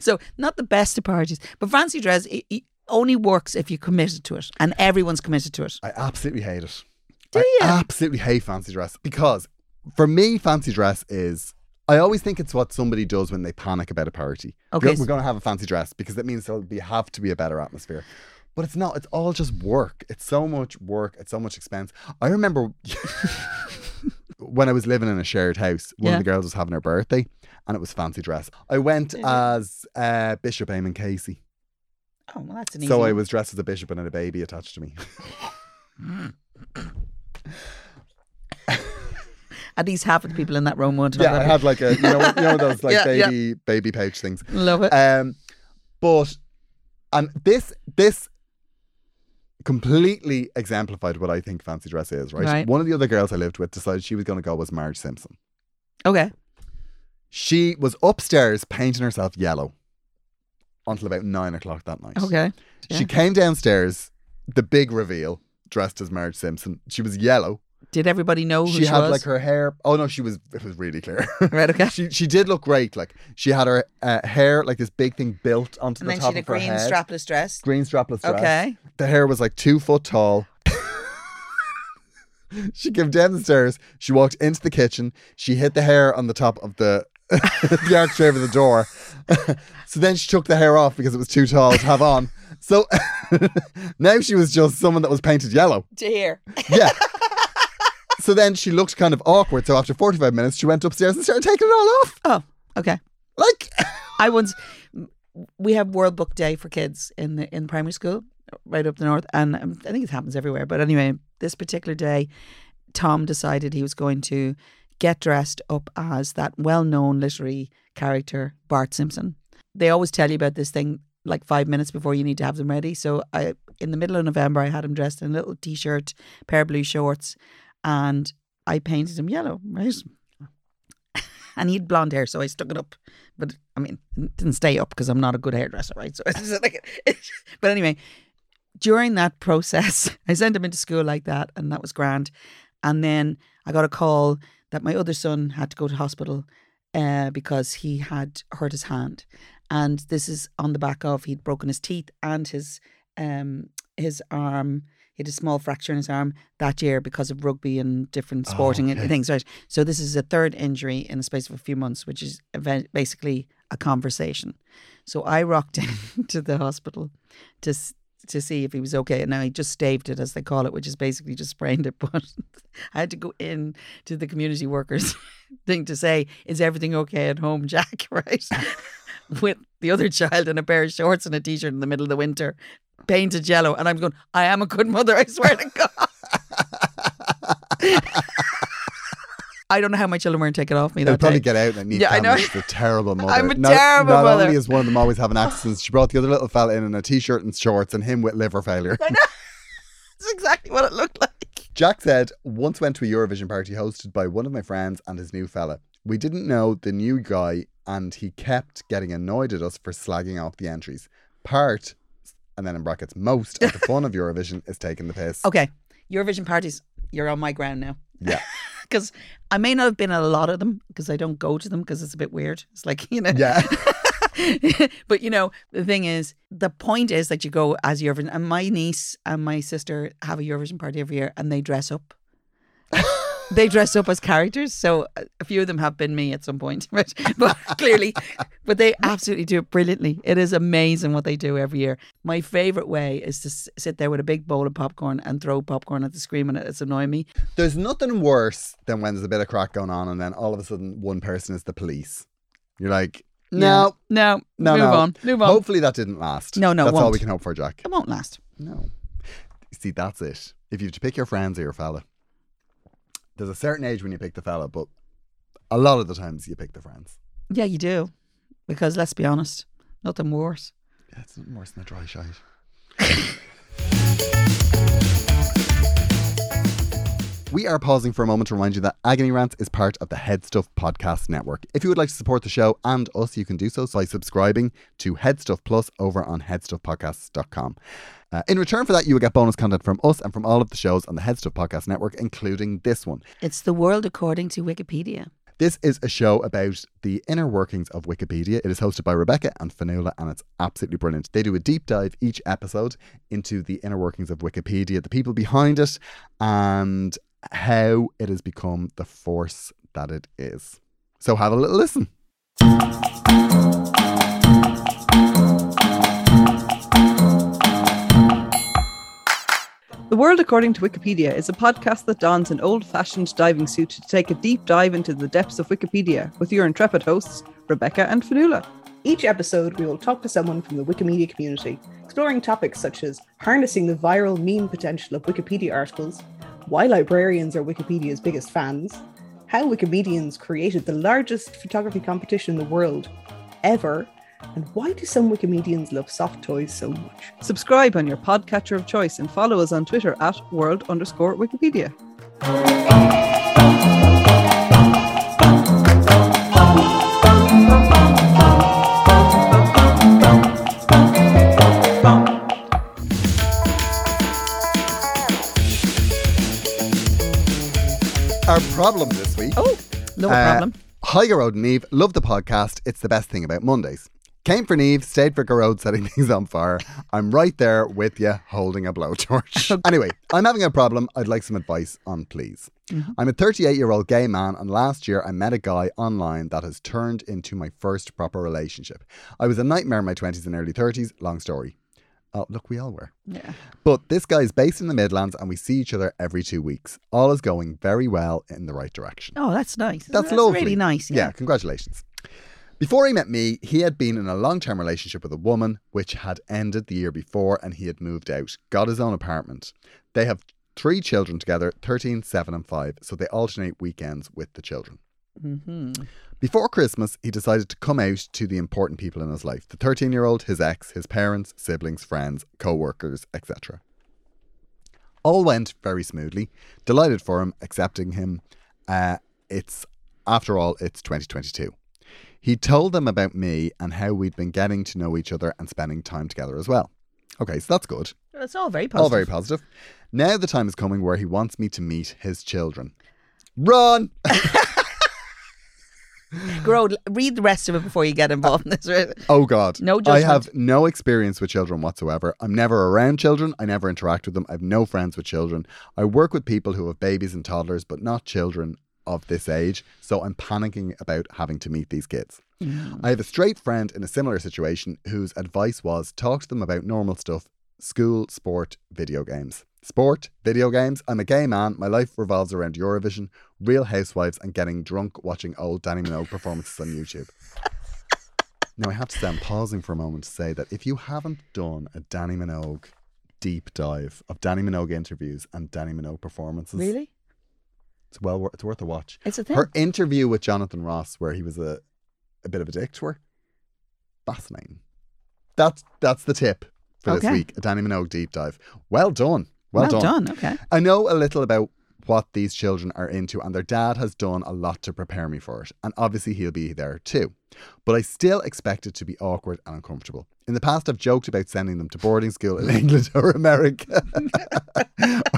[SPEAKER 4] so not the best of parties, but fancy dress. It, it only works if you're committed to it, and everyone's committed to it.
[SPEAKER 3] I absolutely hate it.
[SPEAKER 4] Do
[SPEAKER 3] I
[SPEAKER 4] you?
[SPEAKER 3] absolutely hate fancy dress because for me, fancy dress is. I always think it's what somebody does when they panic about a party.
[SPEAKER 4] Okay,
[SPEAKER 3] We're-
[SPEAKER 4] so-
[SPEAKER 3] we're going to have a fancy dress because that means there'll be have to be a better atmosphere. But it's not. It's all just work. It's so much work. It's so much expense. I remember when I was living in a shared house, one
[SPEAKER 4] Yeah.
[SPEAKER 3] of the girls was having her birthday, and it was fancy dress. I went as uh, Bishop Eamon Casey,
[SPEAKER 4] Oh well, that's an easy.
[SPEAKER 3] so I
[SPEAKER 4] one.
[SPEAKER 3] was dressed as a bishop and had a baby attached to me.
[SPEAKER 4] At least half of the people in that room wanted.
[SPEAKER 3] Yeah, I had like a you know, you know those like
[SPEAKER 4] Yeah, yeah.
[SPEAKER 3] baby baby pouch things.
[SPEAKER 4] love it.
[SPEAKER 3] Um, but and this this completely exemplified what I think fancy dress is. Right?
[SPEAKER 4] Right.
[SPEAKER 3] One of the other girls I lived with decided she was going to go as Marge Simpson.
[SPEAKER 4] okay,
[SPEAKER 3] She was upstairs painting herself yellow until about nine o'clock that night.
[SPEAKER 4] okay.
[SPEAKER 3] She
[SPEAKER 4] yeah.
[SPEAKER 3] came downstairs, the big reveal, dressed as Marge Simpson. She was yellow.
[SPEAKER 4] Did everybody know Oh, who she,
[SPEAKER 3] she had
[SPEAKER 4] was?
[SPEAKER 3] like her hair. Oh no, she was. It was really clear.
[SPEAKER 4] Right, okay.
[SPEAKER 3] she she did look great. Like she had her uh, hair like this big thing built onto
[SPEAKER 4] and
[SPEAKER 3] the
[SPEAKER 4] then she
[SPEAKER 3] top
[SPEAKER 4] had a
[SPEAKER 3] of her
[SPEAKER 4] green
[SPEAKER 3] head.
[SPEAKER 4] strapless dress.
[SPEAKER 3] green strapless dress.
[SPEAKER 4] Okay.
[SPEAKER 3] The hair was like two foot tall. she came down the stairs. She walked into the kitchen. She hit the hair on the top of the the architrave of the door. so then she took the hair off because it was too tall to have on. So now she was just someone that was painted yellow.
[SPEAKER 4] To hear.
[SPEAKER 3] Yeah. so then she looked kind of awkward. So after 45 minutes, she went upstairs and started taking it all off.
[SPEAKER 4] Oh, okay.
[SPEAKER 3] Like,
[SPEAKER 4] I once we have World Book Day for kids in the, in primary school right up the north, and um, I think it happens everywhere. But anyway, this particular day, Tom decided he was going to get dressed up as that well-known literary character Bart Simpson. They always tell you about this thing like five minutes before you need to have them ready. So I, in the middle of November, I had him dressed in a little t-shirt, pair of blue shorts, and I painted him yellow, right? and he had blonde hair, so I stuck it up. But I mean, it didn't stay up because I'm not a good hairdresser, right? So it's just like, but anyway, during that process, I sent him into school like that, and that was grand. And then I got a call that my other son had to go to hospital uh, because he had hurt his hand, and this is on the back of he'd broken his teeth and his um his arm. He had a small fracture in his arm that year because of rugby and different
[SPEAKER 3] Oh,
[SPEAKER 4] sporting and
[SPEAKER 3] okay.
[SPEAKER 4] things, right? So this is a third injury in the space of a few months, which is event- basically a conversation. So I rocked into the hospital to s- to see if he was okay. And now he just staved it, as they call it, which is basically just sprained it. But I had to go in to the community workers thing to say, "Is everything okay at home, Jack?" Right. With the other child in a pair of shorts and a t-shirt in the middle of the winter, painted yellow, and I'm going, "I am a good mother, I swear to God." I don't know how my children weren't taken off me
[SPEAKER 3] They'll
[SPEAKER 4] that day.
[SPEAKER 3] probably get out and need
[SPEAKER 4] Yeah, I know.
[SPEAKER 3] families. They're terrible mother.
[SPEAKER 4] I'm a
[SPEAKER 3] not,
[SPEAKER 4] terrible
[SPEAKER 3] not
[SPEAKER 4] mother.
[SPEAKER 3] only is one of them always having accidents, she brought the other little fella in in a t-shirt and shorts and him with liver failure.
[SPEAKER 4] That's exactly what it looked like.
[SPEAKER 3] Jack said, once went to a Eurovision party hosted by one of my friends and his new fella. We didn't know the new guy and he kept getting annoyed at us for slagging off the entries. Part, and then in brackets, most of the fun of Eurovision is taking the piss.
[SPEAKER 4] Okay, Eurovision parties, you're on my ground now.
[SPEAKER 3] Yeah.
[SPEAKER 4] because I may not have been at a lot of them because I don't go to them because it's a bit weird. It's like you know,
[SPEAKER 3] Yeah.
[SPEAKER 4] but you know, the thing is, the point is that you go as Eurovision. And my niece and my sister have a Eurovision party every year, and they dress up. they dress up as characters, so uh, a few of them have been me at some point, right? but clearly, but they absolutely do it brilliantly. It is amazing what they do every year. My favorite way is to s- sit there with a big bowl of popcorn and throw popcorn at the screen when it's annoying me.
[SPEAKER 3] There's nothing worse than when there's a bit of crack going on and then all of a sudden one person is the police. You're like, no,
[SPEAKER 4] No,
[SPEAKER 3] no,
[SPEAKER 4] move
[SPEAKER 3] no.
[SPEAKER 4] on, move on.
[SPEAKER 3] Hopefully that didn't last.
[SPEAKER 4] No, no, it
[SPEAKER 3] That's all
[SPEAKER 4] won't.
[SPEAKER 3] we can hope for, Jack.
[SPEAKER 4] It won't last.
[SPEAKER 3] No. See, that's it. If you have to pick your friends or your fella, there's a certain age when you pick the fella, but a lot of the times you pick the friends.
[SPEAKER 4] Yeah, you do. Because let's be honest, nothing worse.
[SPEAKER 3] Yeah, it's nothing worse than a dry shite. We are pausing for a moment to remind you that Agony Rants is part of the Head Stuff Podcast Network. If you would like to support the show and us, you can do so by subscribing to Head Stuff Plus over on headstuffpodcasts.com. Uh, in return for that, you will get bonus content from us and from all of the shows on the Head Stuff Podcast Network, including this one.
[SPEAKER 4] It's the world according to Wikipedia.
[SPEAKER 3] This is a show about the inner workings of Wikipedia. It is hosted by Rebecca and Fanula, and it's absolutely brilliant. They do a deep dive each episode into the inner workings of Wikipedia, the people behind it, and how it has become the force that it is. So have a little listen.
[SPEAKER 5] The World According to Wikipedia is a podcast that dons an old fashioned diving suit to take a deep dive into the depths of Wikipedia with your intrepid hosts, Rebecca and Fanula.
[SPEAKER 6] Each episode, we will talk to someone from the Wikimedia community, exploring topics such as harnessing the viral meme potential of Wikipedia articles, why librarians are Wikipedia's biggest fans, how Wikimedians created the largest photography competition in the world ever, and why do some Wikimedians love soft toys so much?
[SPEAKER 5] Subscribe on your podcatcher of choice and follow us on Twitter at world underscore Wikipedia.
[SPEAKER 3] Our problem this week.
[SPEAKER 4] Oh, no
[SPEAKER 3] Uh,
[SPEAKER 4] problem.
[SPEAKER 3] Hi, Garode and Eve. Love the podcast. It's the best thing about Mondays. Came for Neve, stayed for Garode setting things on fire. I'm right there with you holding a blowtorch. anyway, I'm having a problem. I'd like some advice on, please.
[SPEAKER 4] Mm-hmm.
[SPEAKER 3] I'm a 38 year old gay man, and last year I met a guy online that has turned into my first proper relationship. I was a nightmare in my 20s and early 30s. Long story. Oh, look, we all were.
[SPEAKER 4] Yeah.
[SPEAKER 3] But this guy is based in the Midlands, and we see each other every two weeks. All is going very well in the right direction.
[SPEAKER 4] Oh, that's nice.
[SPEAKER 3] That's
[SPEAKER 4] that's
[SPEAKER 3] lovely.
[SPEAKER 4] really nice.
[SPEAKER 3] Yeah. congratulations. Before he met me, he had been in a long term relationship with a woman which had ended the year before and he had moved out, got his own apartment. They have three children together 13, 7, and 5, so they alternate weekends with the children. Before Christmas, he decided to come out to the important people in his life the 13 year old, his ex, his parents, siblings, friends, co workers, etc. All went very smoothly. Delighted for him, accepting him. Uh, it's, after all, it's 2022. He told them about me and how we'd been getting to know each other and spending time together as well. Okay, so that's good.
[SPEAKER 4] It's all very
[SPEAKER 3] All
[SPEAKER 4] positive.
[SPEAKER 3] very positive. Now the time is coming where he wants me to meet his children. Run!
[SPEAKER 4] Grow, read the rest of it before you get involved in this.
[SPEAKER 3] Oh God!
[SPEAKER 4] No
[SPEAKER 3] I
[SPEAKER 4] judgment.
[SPEAKER 3] have no experience with children whatsoever. I'm never around children. I never interact with them. I have no friends with children. I work with people who have babies and toddlers, but not children of this age. So I'm panicking about having to meet these kids.
[SPEAKER 4] Mm.
[SPEAKER 3] I have a straight friend in a similar situation whose advice was talk to them about normal stuff: school, sport, video games. Sport, video games. I'm a gay man. My life revolves around Eurovision, Real Housewives, and getting drunk watching old Danny Minogue performances on YouTube. Now, I have to say, I'm pausing for a moment to say that if you haven't done a Danny Minogue deep dive of Danny Minogue interviews and Danny Minogue performances,
[SPEAKER 4] Really?
[SPEAKER 3] it's well wor- it's worth a watch.
[SPEAKER 4] It's a thing.
[SPEAKER 3] Her interview with Jonathan Ross, where he was a, a bit of a dick to her, fascinating. That's that's the tip for this
[SPEAKER 4] Okay.
[SPEAKER 3] week. A Danny Minogue deep dive. Well done. Well,
[SPEAKER 4] Well
[SPEAKER 3] done.
[SPEAKER 4] done, okay.
[SPEAKER 3] I know a little about what these children are into, and their dad has done a lot to prepare me for it. And obviously, he'll be there too. But I still expect it to be awkward and uncomfortable. In the past, I've joked about sending them to boarding school in England or America,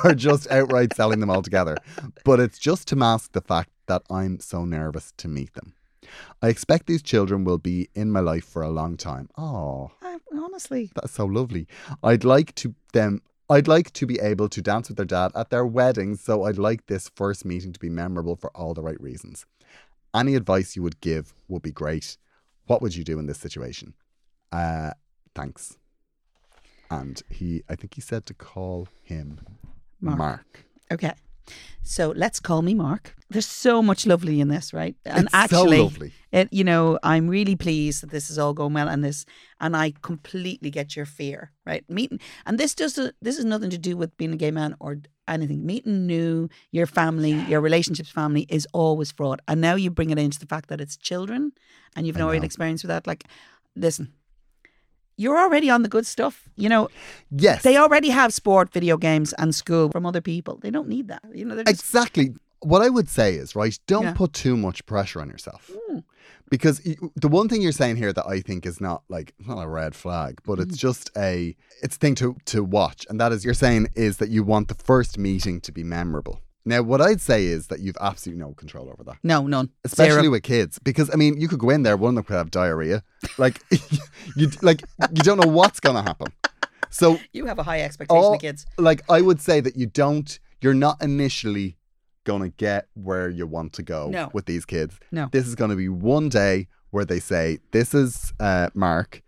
[SPEAKER 3] or just outright selling them altogether. But it's just to mask the fact that I'm so nervous to meet them. I expect these children will be in my life for a long time. Oh.
[SPEAKER 4] I, honestly,
[SPEAKER 3] That's so lovely. I'd like to them. I'd like to be able to dance with their dad at their wedding, so I'd like this first meeting to be memorable for all the right reasons. Any advice you would give would be great. What would you do in this situation? Uh, thanks. And he, I think he said to call him Mark.
[SPEAKER 4] Mark. okay. So let's call me Mark. There's so much lovely in this, right? And
[SPEAKER 3] It's so
[SPEAKER 4] actually,
[SPEAKER 3] lovely.
[SPEAKER 4] It, you know, I'm really pleased that this is all going well, and this, and I completely get your fear, right? Meeting, and this does this is nothing to do with being a gay man or anything. Meeting new, your family, your relationships, family is always fraud, and now you bring it into the fact that it's children, and you've no real experience with that. Like, listen, you're already on the good stuff, you know.
[SPEAKER 3] Yes,
[SPEAKER 4] They already have sport, video games, and school from other people. They don't need that. You know, they're just,
[SPEAKER 3] Exactly. What I would say is, right, don't
[SPEAKER 4] Yeah.
[SPEAKER 3] put too much pressure on yourself. Because you, the one thing you're saying here that I think is not like it's not a red flag, but it's just a it's a thing to to watch, and that is you're saying is that you want the first meeting to be memorable. Now, what I'd say is that you've absolutely no control over that,
[SPEAKER 4] no, none.
[SPEAKER 3] especially
[SPEAKER 4] Zero.
[SPEAKER 3] with kids, because I mean, you could go in there, one of them could have diarrhea, like you like you don't know what's gonna happen. So
[SPEAKER 4] you have a high expectation
[SPEAKER 3] all-
[SPEAKER 4] of kids.
[SPEAKER 3] Like I would say that you don't, you're not initially gonna get where you want to go
[SPEAKER 4] No.
[SPEAKER 3] with these kids.
[SPEAKER 4] No.
[SPEAKER 3] This is gonna be one day where they say, "This is uh, Mark,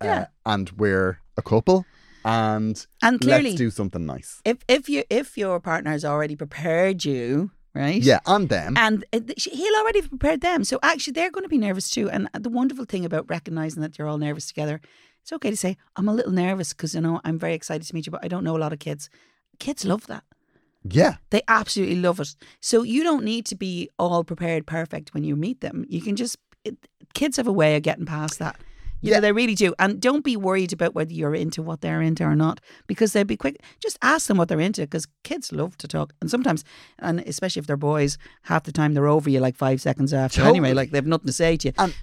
[SPEAKER 3] uh,
[SPEAKER 4] Yeah.
[SPEAKER 3] and we're a couple, and
[SPEAKER 4] And clearly,
[SPEAKER 3] let's do something nice."
[SPEAKER 4] if if you if your partner has already prepared you, right?
[SPEAKER 3] Yeah, and them.
[SPEAKER 4] And it- sh- he'll already have prepared them, so actually they're going to be nervous too. And uh, the wonderful thing about recognizing that you're all nervous together, it's okay to say, "I'm a little nervous because you know I'm very excited to meet you, but I don't know a lot of kids." Kids love that.
[SPEAKER 3] yeah,
[SPEAKER 4] They absolutely love it. So you don't need to be all prepared perfect when you meet them. You can just, it, kids have a way of getting past that. You
[SPEAKER 3] Yeah.
[SPEAKER 4] know, they really do. And don't be worried about whether you're into what they're into or not because they'll be quick. Just ask them what they're into because kids love to talk. And sometimes, and especially if they're boys, half the time they're over you like five seconds after. Anyway,
[SPEAKER 3] Totally.
[SPEAKER 4] like they have nothing to say to you.
[SPEAKER 3] and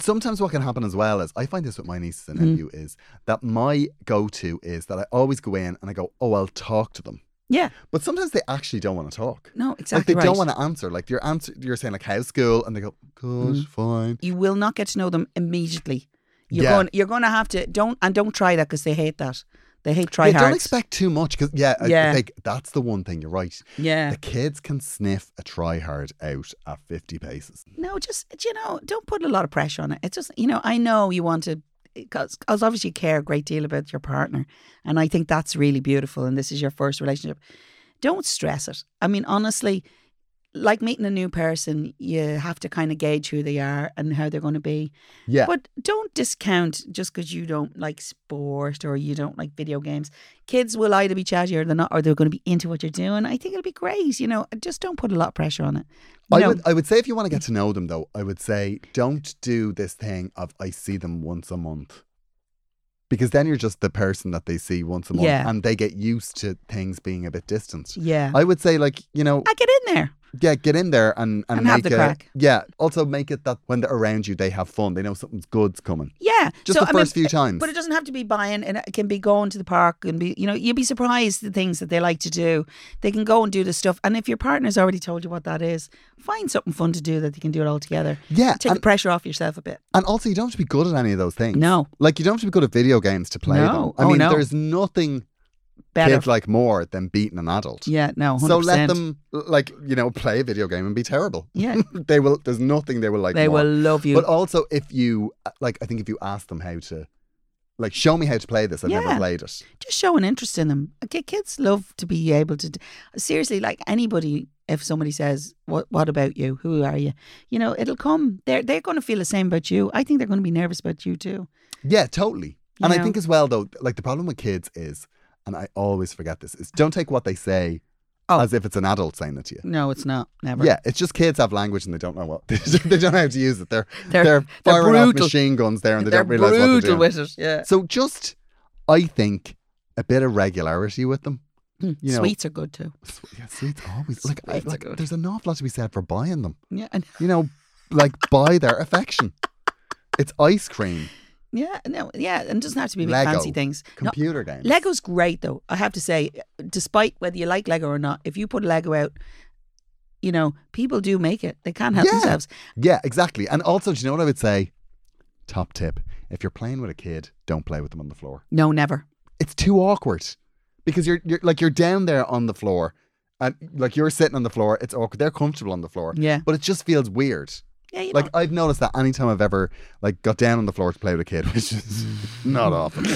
[SPEAKER 3] sometimes what can happen as well is I find this with my nieces and nephew
[SPEAKER 4] Mm-hmm.
[SPEAKER 3] is that my go-to is that I always go in and I go, "Oh, I'll talk to them,"
[SPEAKER 4] yeah.
[SPEAKER 3] but sometimes they actually don't want to talk.
[SPEAKER 4] No, exactly
[SPEAKER 3] like
[SPEAKER 4] right.
[SPEAKER 3] they don't want to answer. Like you're answer, you're saying like how's school, and they go good,
[SPEAKER 4] Mm.
[SPEAKER 3] fine.
[SPEAKER 4] you will not get to know them immediately. You're
[SPEAKER 3] Yeah.
[SPEAKER 4] going. You're going to have to don't and don't try that because they hate that. They hate try
[SPEAKER 3] yeah,
[SPEAKER 4] hard.
[SPEAKER 3] don't expect too much because yeah, I- I,
[SPEAKER 4] Yeah.
[SPEAKER 3] think that's the one thing. You're right.
[SPEAKER 4] Yeah.
[SPEAKER 3] the kids can sniff a try hard out at fifty paces.
[SPEAKER 4] No, just you know, don't put a lot of pressure on it. It's just you know, I know you want to, because obviously you care a great deal about your partner, and I think that's really beautiful. And this is your first relationship. Don't stress it. I mean, honestly, like meeting a new person, you have to kind of gauge who they are and how they're going to be.
[SPEAKER 3] Yeah.
[SPEAKER 4] But don't discount just because you don't like sport or you don't like video games. Kids will either be chatty or they're not, or they're going to be into what you're doing. I think it'll be great. You know, just don't put a lot of pressure on it. You
[SPEAKER 3] I
[SPEAKER 4] know, Mm.
[SPEAKER 3] would, I would say if you want to get to know them, though, I would say don't do this thing of I see them once a month. Because then you're just the person that they see once a month
[SPEAKER 4] Yeah.
[SPEAKER 3] and they get used to things being a bit distant.
[SPEAKER 4] yeah. I,
[SPEAKER 3] I would say, like, you know,
[SPEAKER 4] get in there.
[SPEAKER 3] yeah, get in there and, and,
[SPEAKER 4] And have
[SPEAKER 3] make
[SPEAKER 4] the
[SPEAKER 3] it.
[SPEAKER 4] crack.
[SPEAKER 3] Yeah. Also, make it that when they're around you, they have fun. They know something's good's coming.
[SPEAKER 4] Yeah.
[SPEAKER 3] Just
[SPEAKER 4] So,
[SPEAKER 3] the
[SPEAKER 4] I mean,
[SPEAKER 3] first few times.
[SPEAKER 4] But it doesn't have to be buying, and it can be going to the park and be, you know, you'd be surprised the things that they like to do. They can go and do the stuff, and if your partner's already told you what that is, find something fun to do that you can do it all together.
[SPEAKER 3] yeah.
[SPEAKER 4] Take the pressure off yourself a bit.
[SPEAKER 3] And also, you don't have to be good at any of those things.
[SPEAKER 4] No.
[SPEAKER 3] Like, you don't have to be good at video games to play
[SPEAKER 4] No.
[SPEAKER 3] them. I
[SPEAKER 4] Oh,
[SPEAKER 3] mean,
[SPEAKER 4] no.
[SPEAKER 3] there's nothing
[SPEAKER 4] Better.
[SPEAKER 3] kids like more than beating an adult.
[SPEAKER 4] yeah, no, 100%.
[SPEAKER 3] So let them, like, you know, play a video game and be terrible.
[SPEAKER 4] Yeah,
[SPEAKER 3] they will, there's nothing they will like
[SPEAKER 4] they
[SPEAKER 3] more.
[SPEAKER 4] will love you.
[SPEAKER 3] But also, if you, like, I think if you ask them how to, like, show me how to play this, I've
[SPEAKER 4] Yeah.
[SPEAKER 3] never played it.
[SPEAKER 4] Just show an interest in them. Okay, kids love to be able to. d- Seriously, like anybody, if somebody says, "What? What about you? Who are you?" You know, it'll come. They're they're going to feel the same about you. I think they're going to be nervous about you too.
[SPEAKER 3] Yeah, totally.
[SPEAKER 4] You
[SPEAKER 3] And I
[SPEAKER 4] know?
[SPEAKER 3] think as well, though, like, the problem with kids is, and I always forget this, is don't take what they say
[SPEAKER 4] Oh.
[SPEAKER 3] as if it's an adult saying it to you.
[SPEAKER 4] No, it's not. Never.
[SPEAKER 3] Yeah, it's just kids have language and they don't know what they don't know how to use it. They're
[SPEAKER 4] They're-
[SPEAKER 3] they're,
[SPEAKER 4] they're
[SPEAKER 3] firing off
[SPEAKER 4] brutal.
[SPEAKER 3] machine guns there and they
[SPEAKER 4] they're
[SPEAKER 3] don't realize
[SPEAKER 4] brutal
[SPEAKER 3] what they're doing.
[SPEAKER 4] with it. Yeah.
[SPEAKER 3] So just, I think, a bit of regularity with them.
[SPEAKER 4] Mm,
[SPEAKER 3] you know-
[SPEAKER 4] Sweets are good too.
[SPEAKER 3] S- Yeah, sweets always like, I,
[SPEAKER 4] Sweets are
[SPEAKER 3] like
[SPEAKER 4] good.
[SPEAKER 3] there's an awful lot to be said for buying them.
[SPEAKER 4] Yeah. And
[SPEAKER 3] You know, like buy their affection. It's ice cream,
[SPEAKER 4] yeah. No. Yeah. And it doesn't have to be big
[SPEAKER 3] Lego.
[SPEAKER 4] fancy things. No,
[SPEAKER 3] computer games.
[SPEAKER 4] Lego's great though. I have to say, despite whether you like Lego or not, if you put Lego out, you know people do make it. They can't help
[SPEAKER 3] Yeah.
[SPEAKER 4] themselves.
[SPEAKER 3] Yeah, exactly. And also, do you know what I would say? Top tip: if you're playing with a kid, don't play with them on the floor.
[SPEAKER 4] No, never.
[SPEAKER 3] it's too awkward because you're you're like you're down there on the floor and like you're sitting on the floor it's awkward they're comfortable on the floor
[SPEAKER 4] Yeah.
[SPEAKER 3] but it just feels weird
[SPEAKER 4] Yeah. You
[SPEAKER 3] like
[SPEAKER 4] don't-
[SPEAKER 3] I've noticed that anytime I've ever like got down on the floor to play with a kid which is not often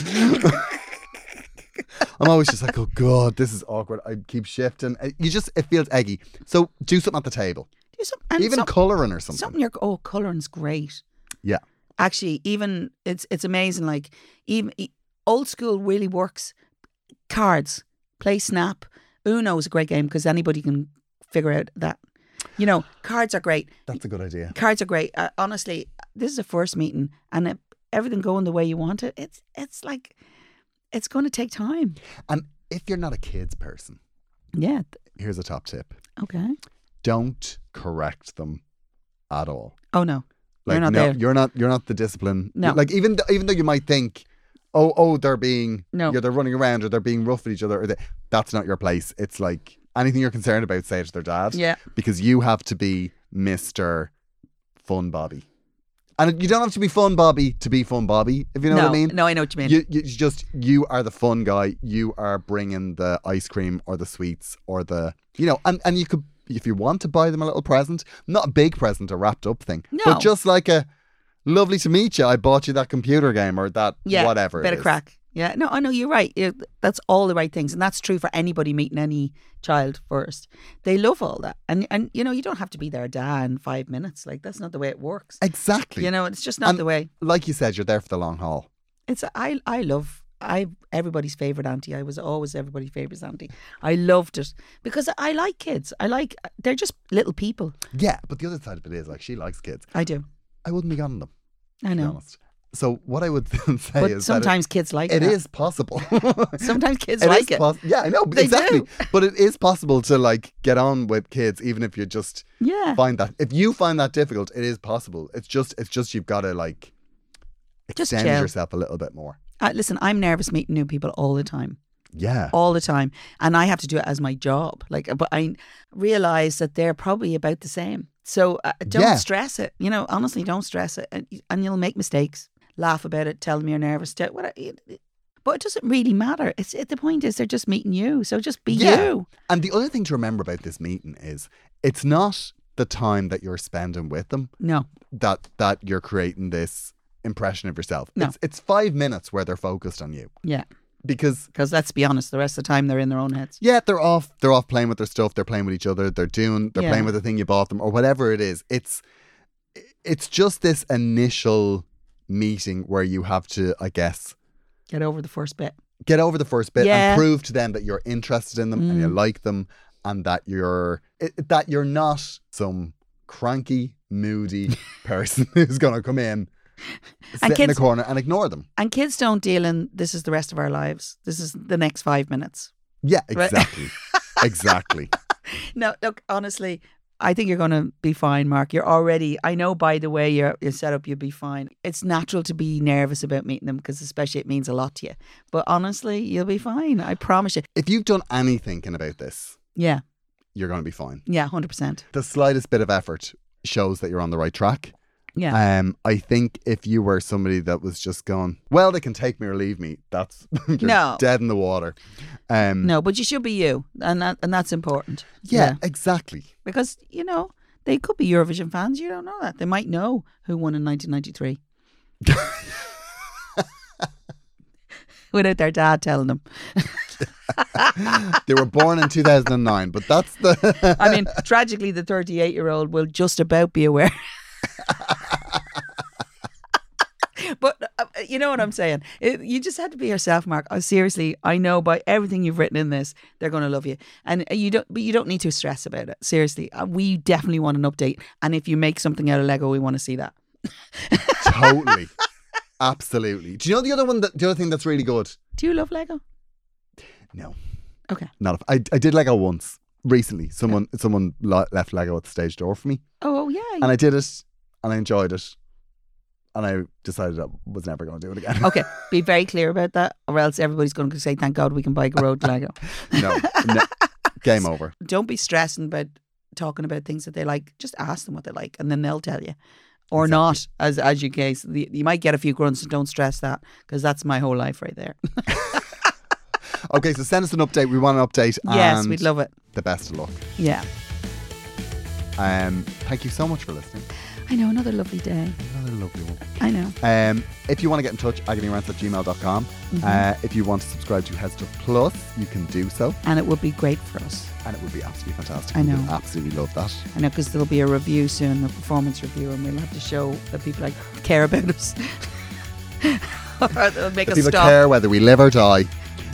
[SPEAKER 3] I'm always just like oh god this is awkward I keep shifting Uh, you just it feels eggy so do something at the table
[SPEAKER 4] do some- and
[SPEAKER 3] even
[SPEAKER 4] some-
[SPEAKER 3] colouring or something,
[SPEAKER 4] something you're oh coloring's great
[SPEAKER 3] yeah
[SPEAKER 4] actually even it's it's amazing like even e- old school really works cards play snap uno is a great game because anybody can figure out that you know cards are great
[SPEAKER 3] that's a good idea
[SPEAKER 4] cards are great uh, honestly this is a first meeting and it, everything going the way you want it it's it's like it's going to take time
[SPEAKER 3] and if you're not a kids person
[SPEAKER 4] yeah th-
[SPEAKER 3] here's a top tip
[SPEAKER 4] okay
[SPEAKER 3] don't correct them at all
[SPEAKER 4] oh no
[SPEAKER 3] Like,
[SPEAKER 4] you're not
[SPEAKER 3] no,
[SPEAKER 4] there
[SPEAKER 3] You're not. You're not the discipline.
[SPEAKER 4] No.
[SPEAKER 3] Like even th- even though you might think, oh oh, they're being
[SPEAKER 4] No.
[SPEAKER 3] yeah, they're running around or they're being rough with each other. Or they, that's not your place. It's like anything you're concerned about, say it to their dad.
[SPEAKER 4] Yeah.
[SPEAKER 3] Because you have to be Mister Fun Bobby, and you don't have to be Fun Bobby to be Fun Bobby. If you know
[SPEAKER 4] no,
[SPEAKER 3] what I mean.
[SPEAKER 4] no i know what you mean
[SPEAKER 3] You, you it's just you are the fun guy. You are bringing the ice cream or the sweets or the you know, and and you could if you want to buy them a little present, not a big present, a wrapped up thing,
[SPEAKER 4] No.
[SPEAKER 3] but just like a lovely to meet you. I bought you that computer game or that
[SPEAKER 4] yeah,
[SPEAKER 3] whatever. it
[SPEAKER 4] Bit of
[SPEAKER 3] is.
[SPEAKER 4] crack. Yeah, no, I know you're right. Yeah, that's all the right things, and that's true for anybody meeting any child first. They love all that, and and you know you don't have to be their dad in five minutes. Like that's not the way it works.
[SPEAKER 3] Exactly.
[SPEAKER 4] You know, it's just not
[SPEAKER 3] And-
[SPEAKER 4] the way.
[SPEAKER 3] like you said, you're there for the long haul.
[SPEAKER 4] It's I I love I everybody's favorite auntie. I was always everybody's favorite auntie. I loved it because I like kids. I like they're just little people.
[SPEAKER 3] Yeah, but the other side of it is like she likes kids.
[SPEAKER 4] I do.
[SPEAKER 3] I wouldn't be on them.
[SPEAKER 4] I
[SPEAKER 3] to be
[SPEAKER 4] know,
[SPEAKER 3] honest. So what I would say
[SPEAKER 4] but
[SPEAKER 3] is
[SPEAKER 4] sometimes kids like
[SPEAKER 3] that it- it
[SPEAKER 4] that.
[SPEAKER 3] is possible.
[SPEAKER 4] Sometimes kids
[SPEAKER 3] It is
[SPEAKER 4] like it.
[SPEAKER 3] poss- yeah, I know
[SPEAKER 4] They
[SPEAKER 3] exactly.
[SPEAKER 4] do.
[SPEAKER 3] But it is possible to like get on with kids, even if you just
[SPEAKER 4] yeah.
[SPEAKER 3] find that. If you find that difficult, it is possible. It's just, it's just you've got to like
[SPEAKER 4] Just
[SPEAKER 3] extend
[SPEAKER 4] chill.
[SPEAKER 3] yourself a little bit more.
[SPEAKER 4] Uh, listen, I'm nervous meeting new people all the time.
[SPEAKER 3] Yeah,
[SPEAKER 4] all the time and i have to do it as my job like but i realize that they're probably about the same so uh, don't
[SPEAKER 3] Yeah.
[SPEAKER 4] stress it you know honestly don't stress it and, and you'll make mistakes laugh about it tell them you're nervous tell, what, but it doesn't really matter it's it, the point is they're just meeting you so just be
[SPEAKER 3] yeah.
[SPEAKER 4] you
[SPEAKER 3] And the other thing to remember about this meeting is it's not the time that you're spending with them
[SPEAKER 4] no
[SPEAKER 3] that that you're creating this impression of yourself.
[SPEAKER 4] No.
[SPEAKER 3] It's, it's five minutes where they're focused on you.
[SPEAKER 4] yeah
[SPEAKER 3] because
[SPEAKER 4] Because let's be honest, the rest of the time they're in their own heads.
[SPEAKER 3] yeah, they're off they're off playing with their stuff, they're playing with each other, they're doing they're
[SPEAKER 4] Yeah.
[SPEAKER 3] playing with the thing you bought them or whatever it is. It's it's just this initial meeting where you have to, I guess,
[SPEAKER 4] Get over the first bit.
[SPEAKER 3] get over the first bit
[SPEAKER 4] Yeah. Mm.
[SPEAKER 3] and prove to them that you're interested in them and you like them and that you're it, that you're not some cranky moody person who's going to come in sit
[SPEAKER 4] And
[SPEAKER 3] in the
[SPEAKER 4] kids-
[SPEAKER 3] corner and ignore them
[SPEAKER 4] And kids don't deal in this is the rest of our lives. This is the next five minutes.
[SPEAKER 3] yeah
[SPEAKER 4] Right.
[SPEAKER 3] exactly exactly
[SPEAKER 4] No, look, honestly, I think you're going to be fine, Mark. You're already, I know by the way you're, you're set up, you'll be fine. It's natural to be nervous about meeting them because, especially, it means a lot to you. But honestly, you'll be fine. I promise you.
[SPEAKER 3] if you've done any thinking about this
[SPEAKER 4] Yeah.
[SPEAKER 3] you're going to be fine
[SPEAKER 4] Yeah. 100%.
[SPEAKER 3] the slightest bit of effort shows that you're on the right track
[SPEAKER 4] Yeah.
[SPEAKER 3] um i think if you were somebody that was just going well they can take me or leave me that's you're
[SPEAKER 4] No.
[SPEAKER 3] dead in the water um
[SPEAKER 4] no, but you should be you. And, that, and that's important.
[SPEAKER 3] yeah. exactly
[SPEAKER 4] because you know they could be Eurovision fans. You don't know that they might know who won in 1993 without their dad telling them.
[SPEAKER 3] they were born in 2009, but that's the.
[SPEAKER 4] I mean, tragically, the 38 year old will just about be aware. But uh, you know what I'm saying. It, you just had to be yourself, Mark. Oh, seriously, I know by everything you've written in this, they're going to love you, and uh, you don't. But you don't need to stress about it. Seriously, Uh, we definitely want an update, and if you make something out of Lego, we want to see that.
[SPEAKER 3] totally. Absolutely. Do you know the other one? That, the other thing that's really good?
[SPEAKER 4] Do you love Lego?
[SPEAKER 3] No.
[SPEAKER 4] Okay.
[SPEAKER 3] Not. If, I, I did Lego once recently. Someone someone lo- left Lego at the stage door for me,
[SPEAKER 4] Oh, oh, yeah.
[SPEAKER 3] and I did it, and I enjoyed it, and I decided I was never going to do it again.
[SPEAKER 4] okay, be very clear about that, or else everybody's going to say, "Thank God we can buy road Lego."
[SPEAKER 3] no, no. Game over.
[SPEAKER 4] Don't be stressing about talking about things that they like. Just ask them what they like, and then they'll tell you, or not. As as you case, the, you might get a few grunts. and Don't stress that because that's my whole life right there.
[SPEAKER 3] Okay, so send us an update. We want an update.
[SPEAKER 4] yes,
[SPEAKER 3] and
[SPEAKER 4] we'd love it.
[SPEAKER 3] The best of luck.
[SPEAKER 4] Yeah,
[SPEAKER 3] Um, thank you so much for listening.
[SPEAKER 4] I know. Another lovely day.
[SPEAKER 3] Another lovely one.
[SPEAKER 4] I know.
[SPEAKER 3] Um, if you want to get in touch, agonyrants at gmail.com.
[SPEAKER 4] Mm-hmm.
[SPEAKER 3] Uh, if you want to subscribe to Head Stuff Plus, you can do so.
[SPEAKER 4] And it would be great for us.
[SPEAKER 3] And it would be absolutely fantastic.
[SPEAKER 4] I
[SPEAKER 3] We
[SPEAKER 4] know.
[SPEAKER 3] would absolutely love that.
[SPEAKER 4] I know because there'll be a review soon, a performance review, and we'll have to show that people like care about us. or they'll make
[SPEAKER 3] That
[SPEAKER 4] us
[SPEAKER 3] people
[SPEAKER 4] stop.
[SPEAKER 3] care whether we live or die.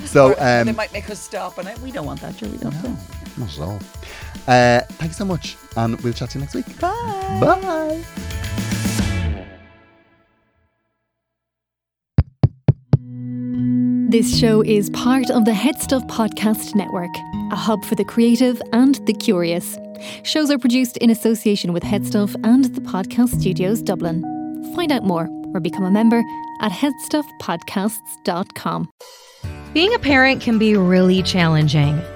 [SPEAKER 3] So, um,
[SPEAKER 4] they might make us stop, and I, we don't want that, sure we don't.
[SPEAKER 3] no, not at all. Uh, thank you so much. And we'll chat to you next week.
[SPEAKER 4] Bye.
[SPEAKER 3] Bye.
[SPEAKER 2] This show is part of the Head Stuff Podcast Network, a hub for the creative and the curious. Shows are produced in association with Headstuff and the Podcast Studios Dublin. Find out more or become a member at headstuffpodcasts.com.
[SPEAKER 1] Being a parent can be really challenging.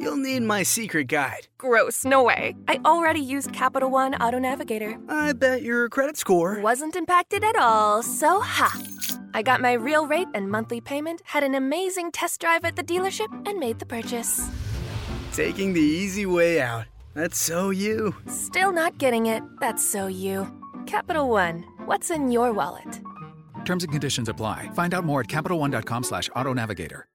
[SPEAKER 7] You'll need my secret guide.
[SPEAKER 8] Gross, no way. I already used Capital One Auto Navigator.
[SPEAKER 7] I bet your credit score.
[SPEAKER 8] Wasn't impacted at all, so ha! I got my real rate and monthly payment, had an amazing test drive at the dealership, and made the purchase.
[SPEAKER 7] Taking the easy way out. That's so you.
[SPEAKER 8] Still not getting it, that's so you. Capital One, what's in your wallet?
[SPEAKER 9] Terms and conditions apply. Find out more at CapitalOne.com slash AutoNavigator.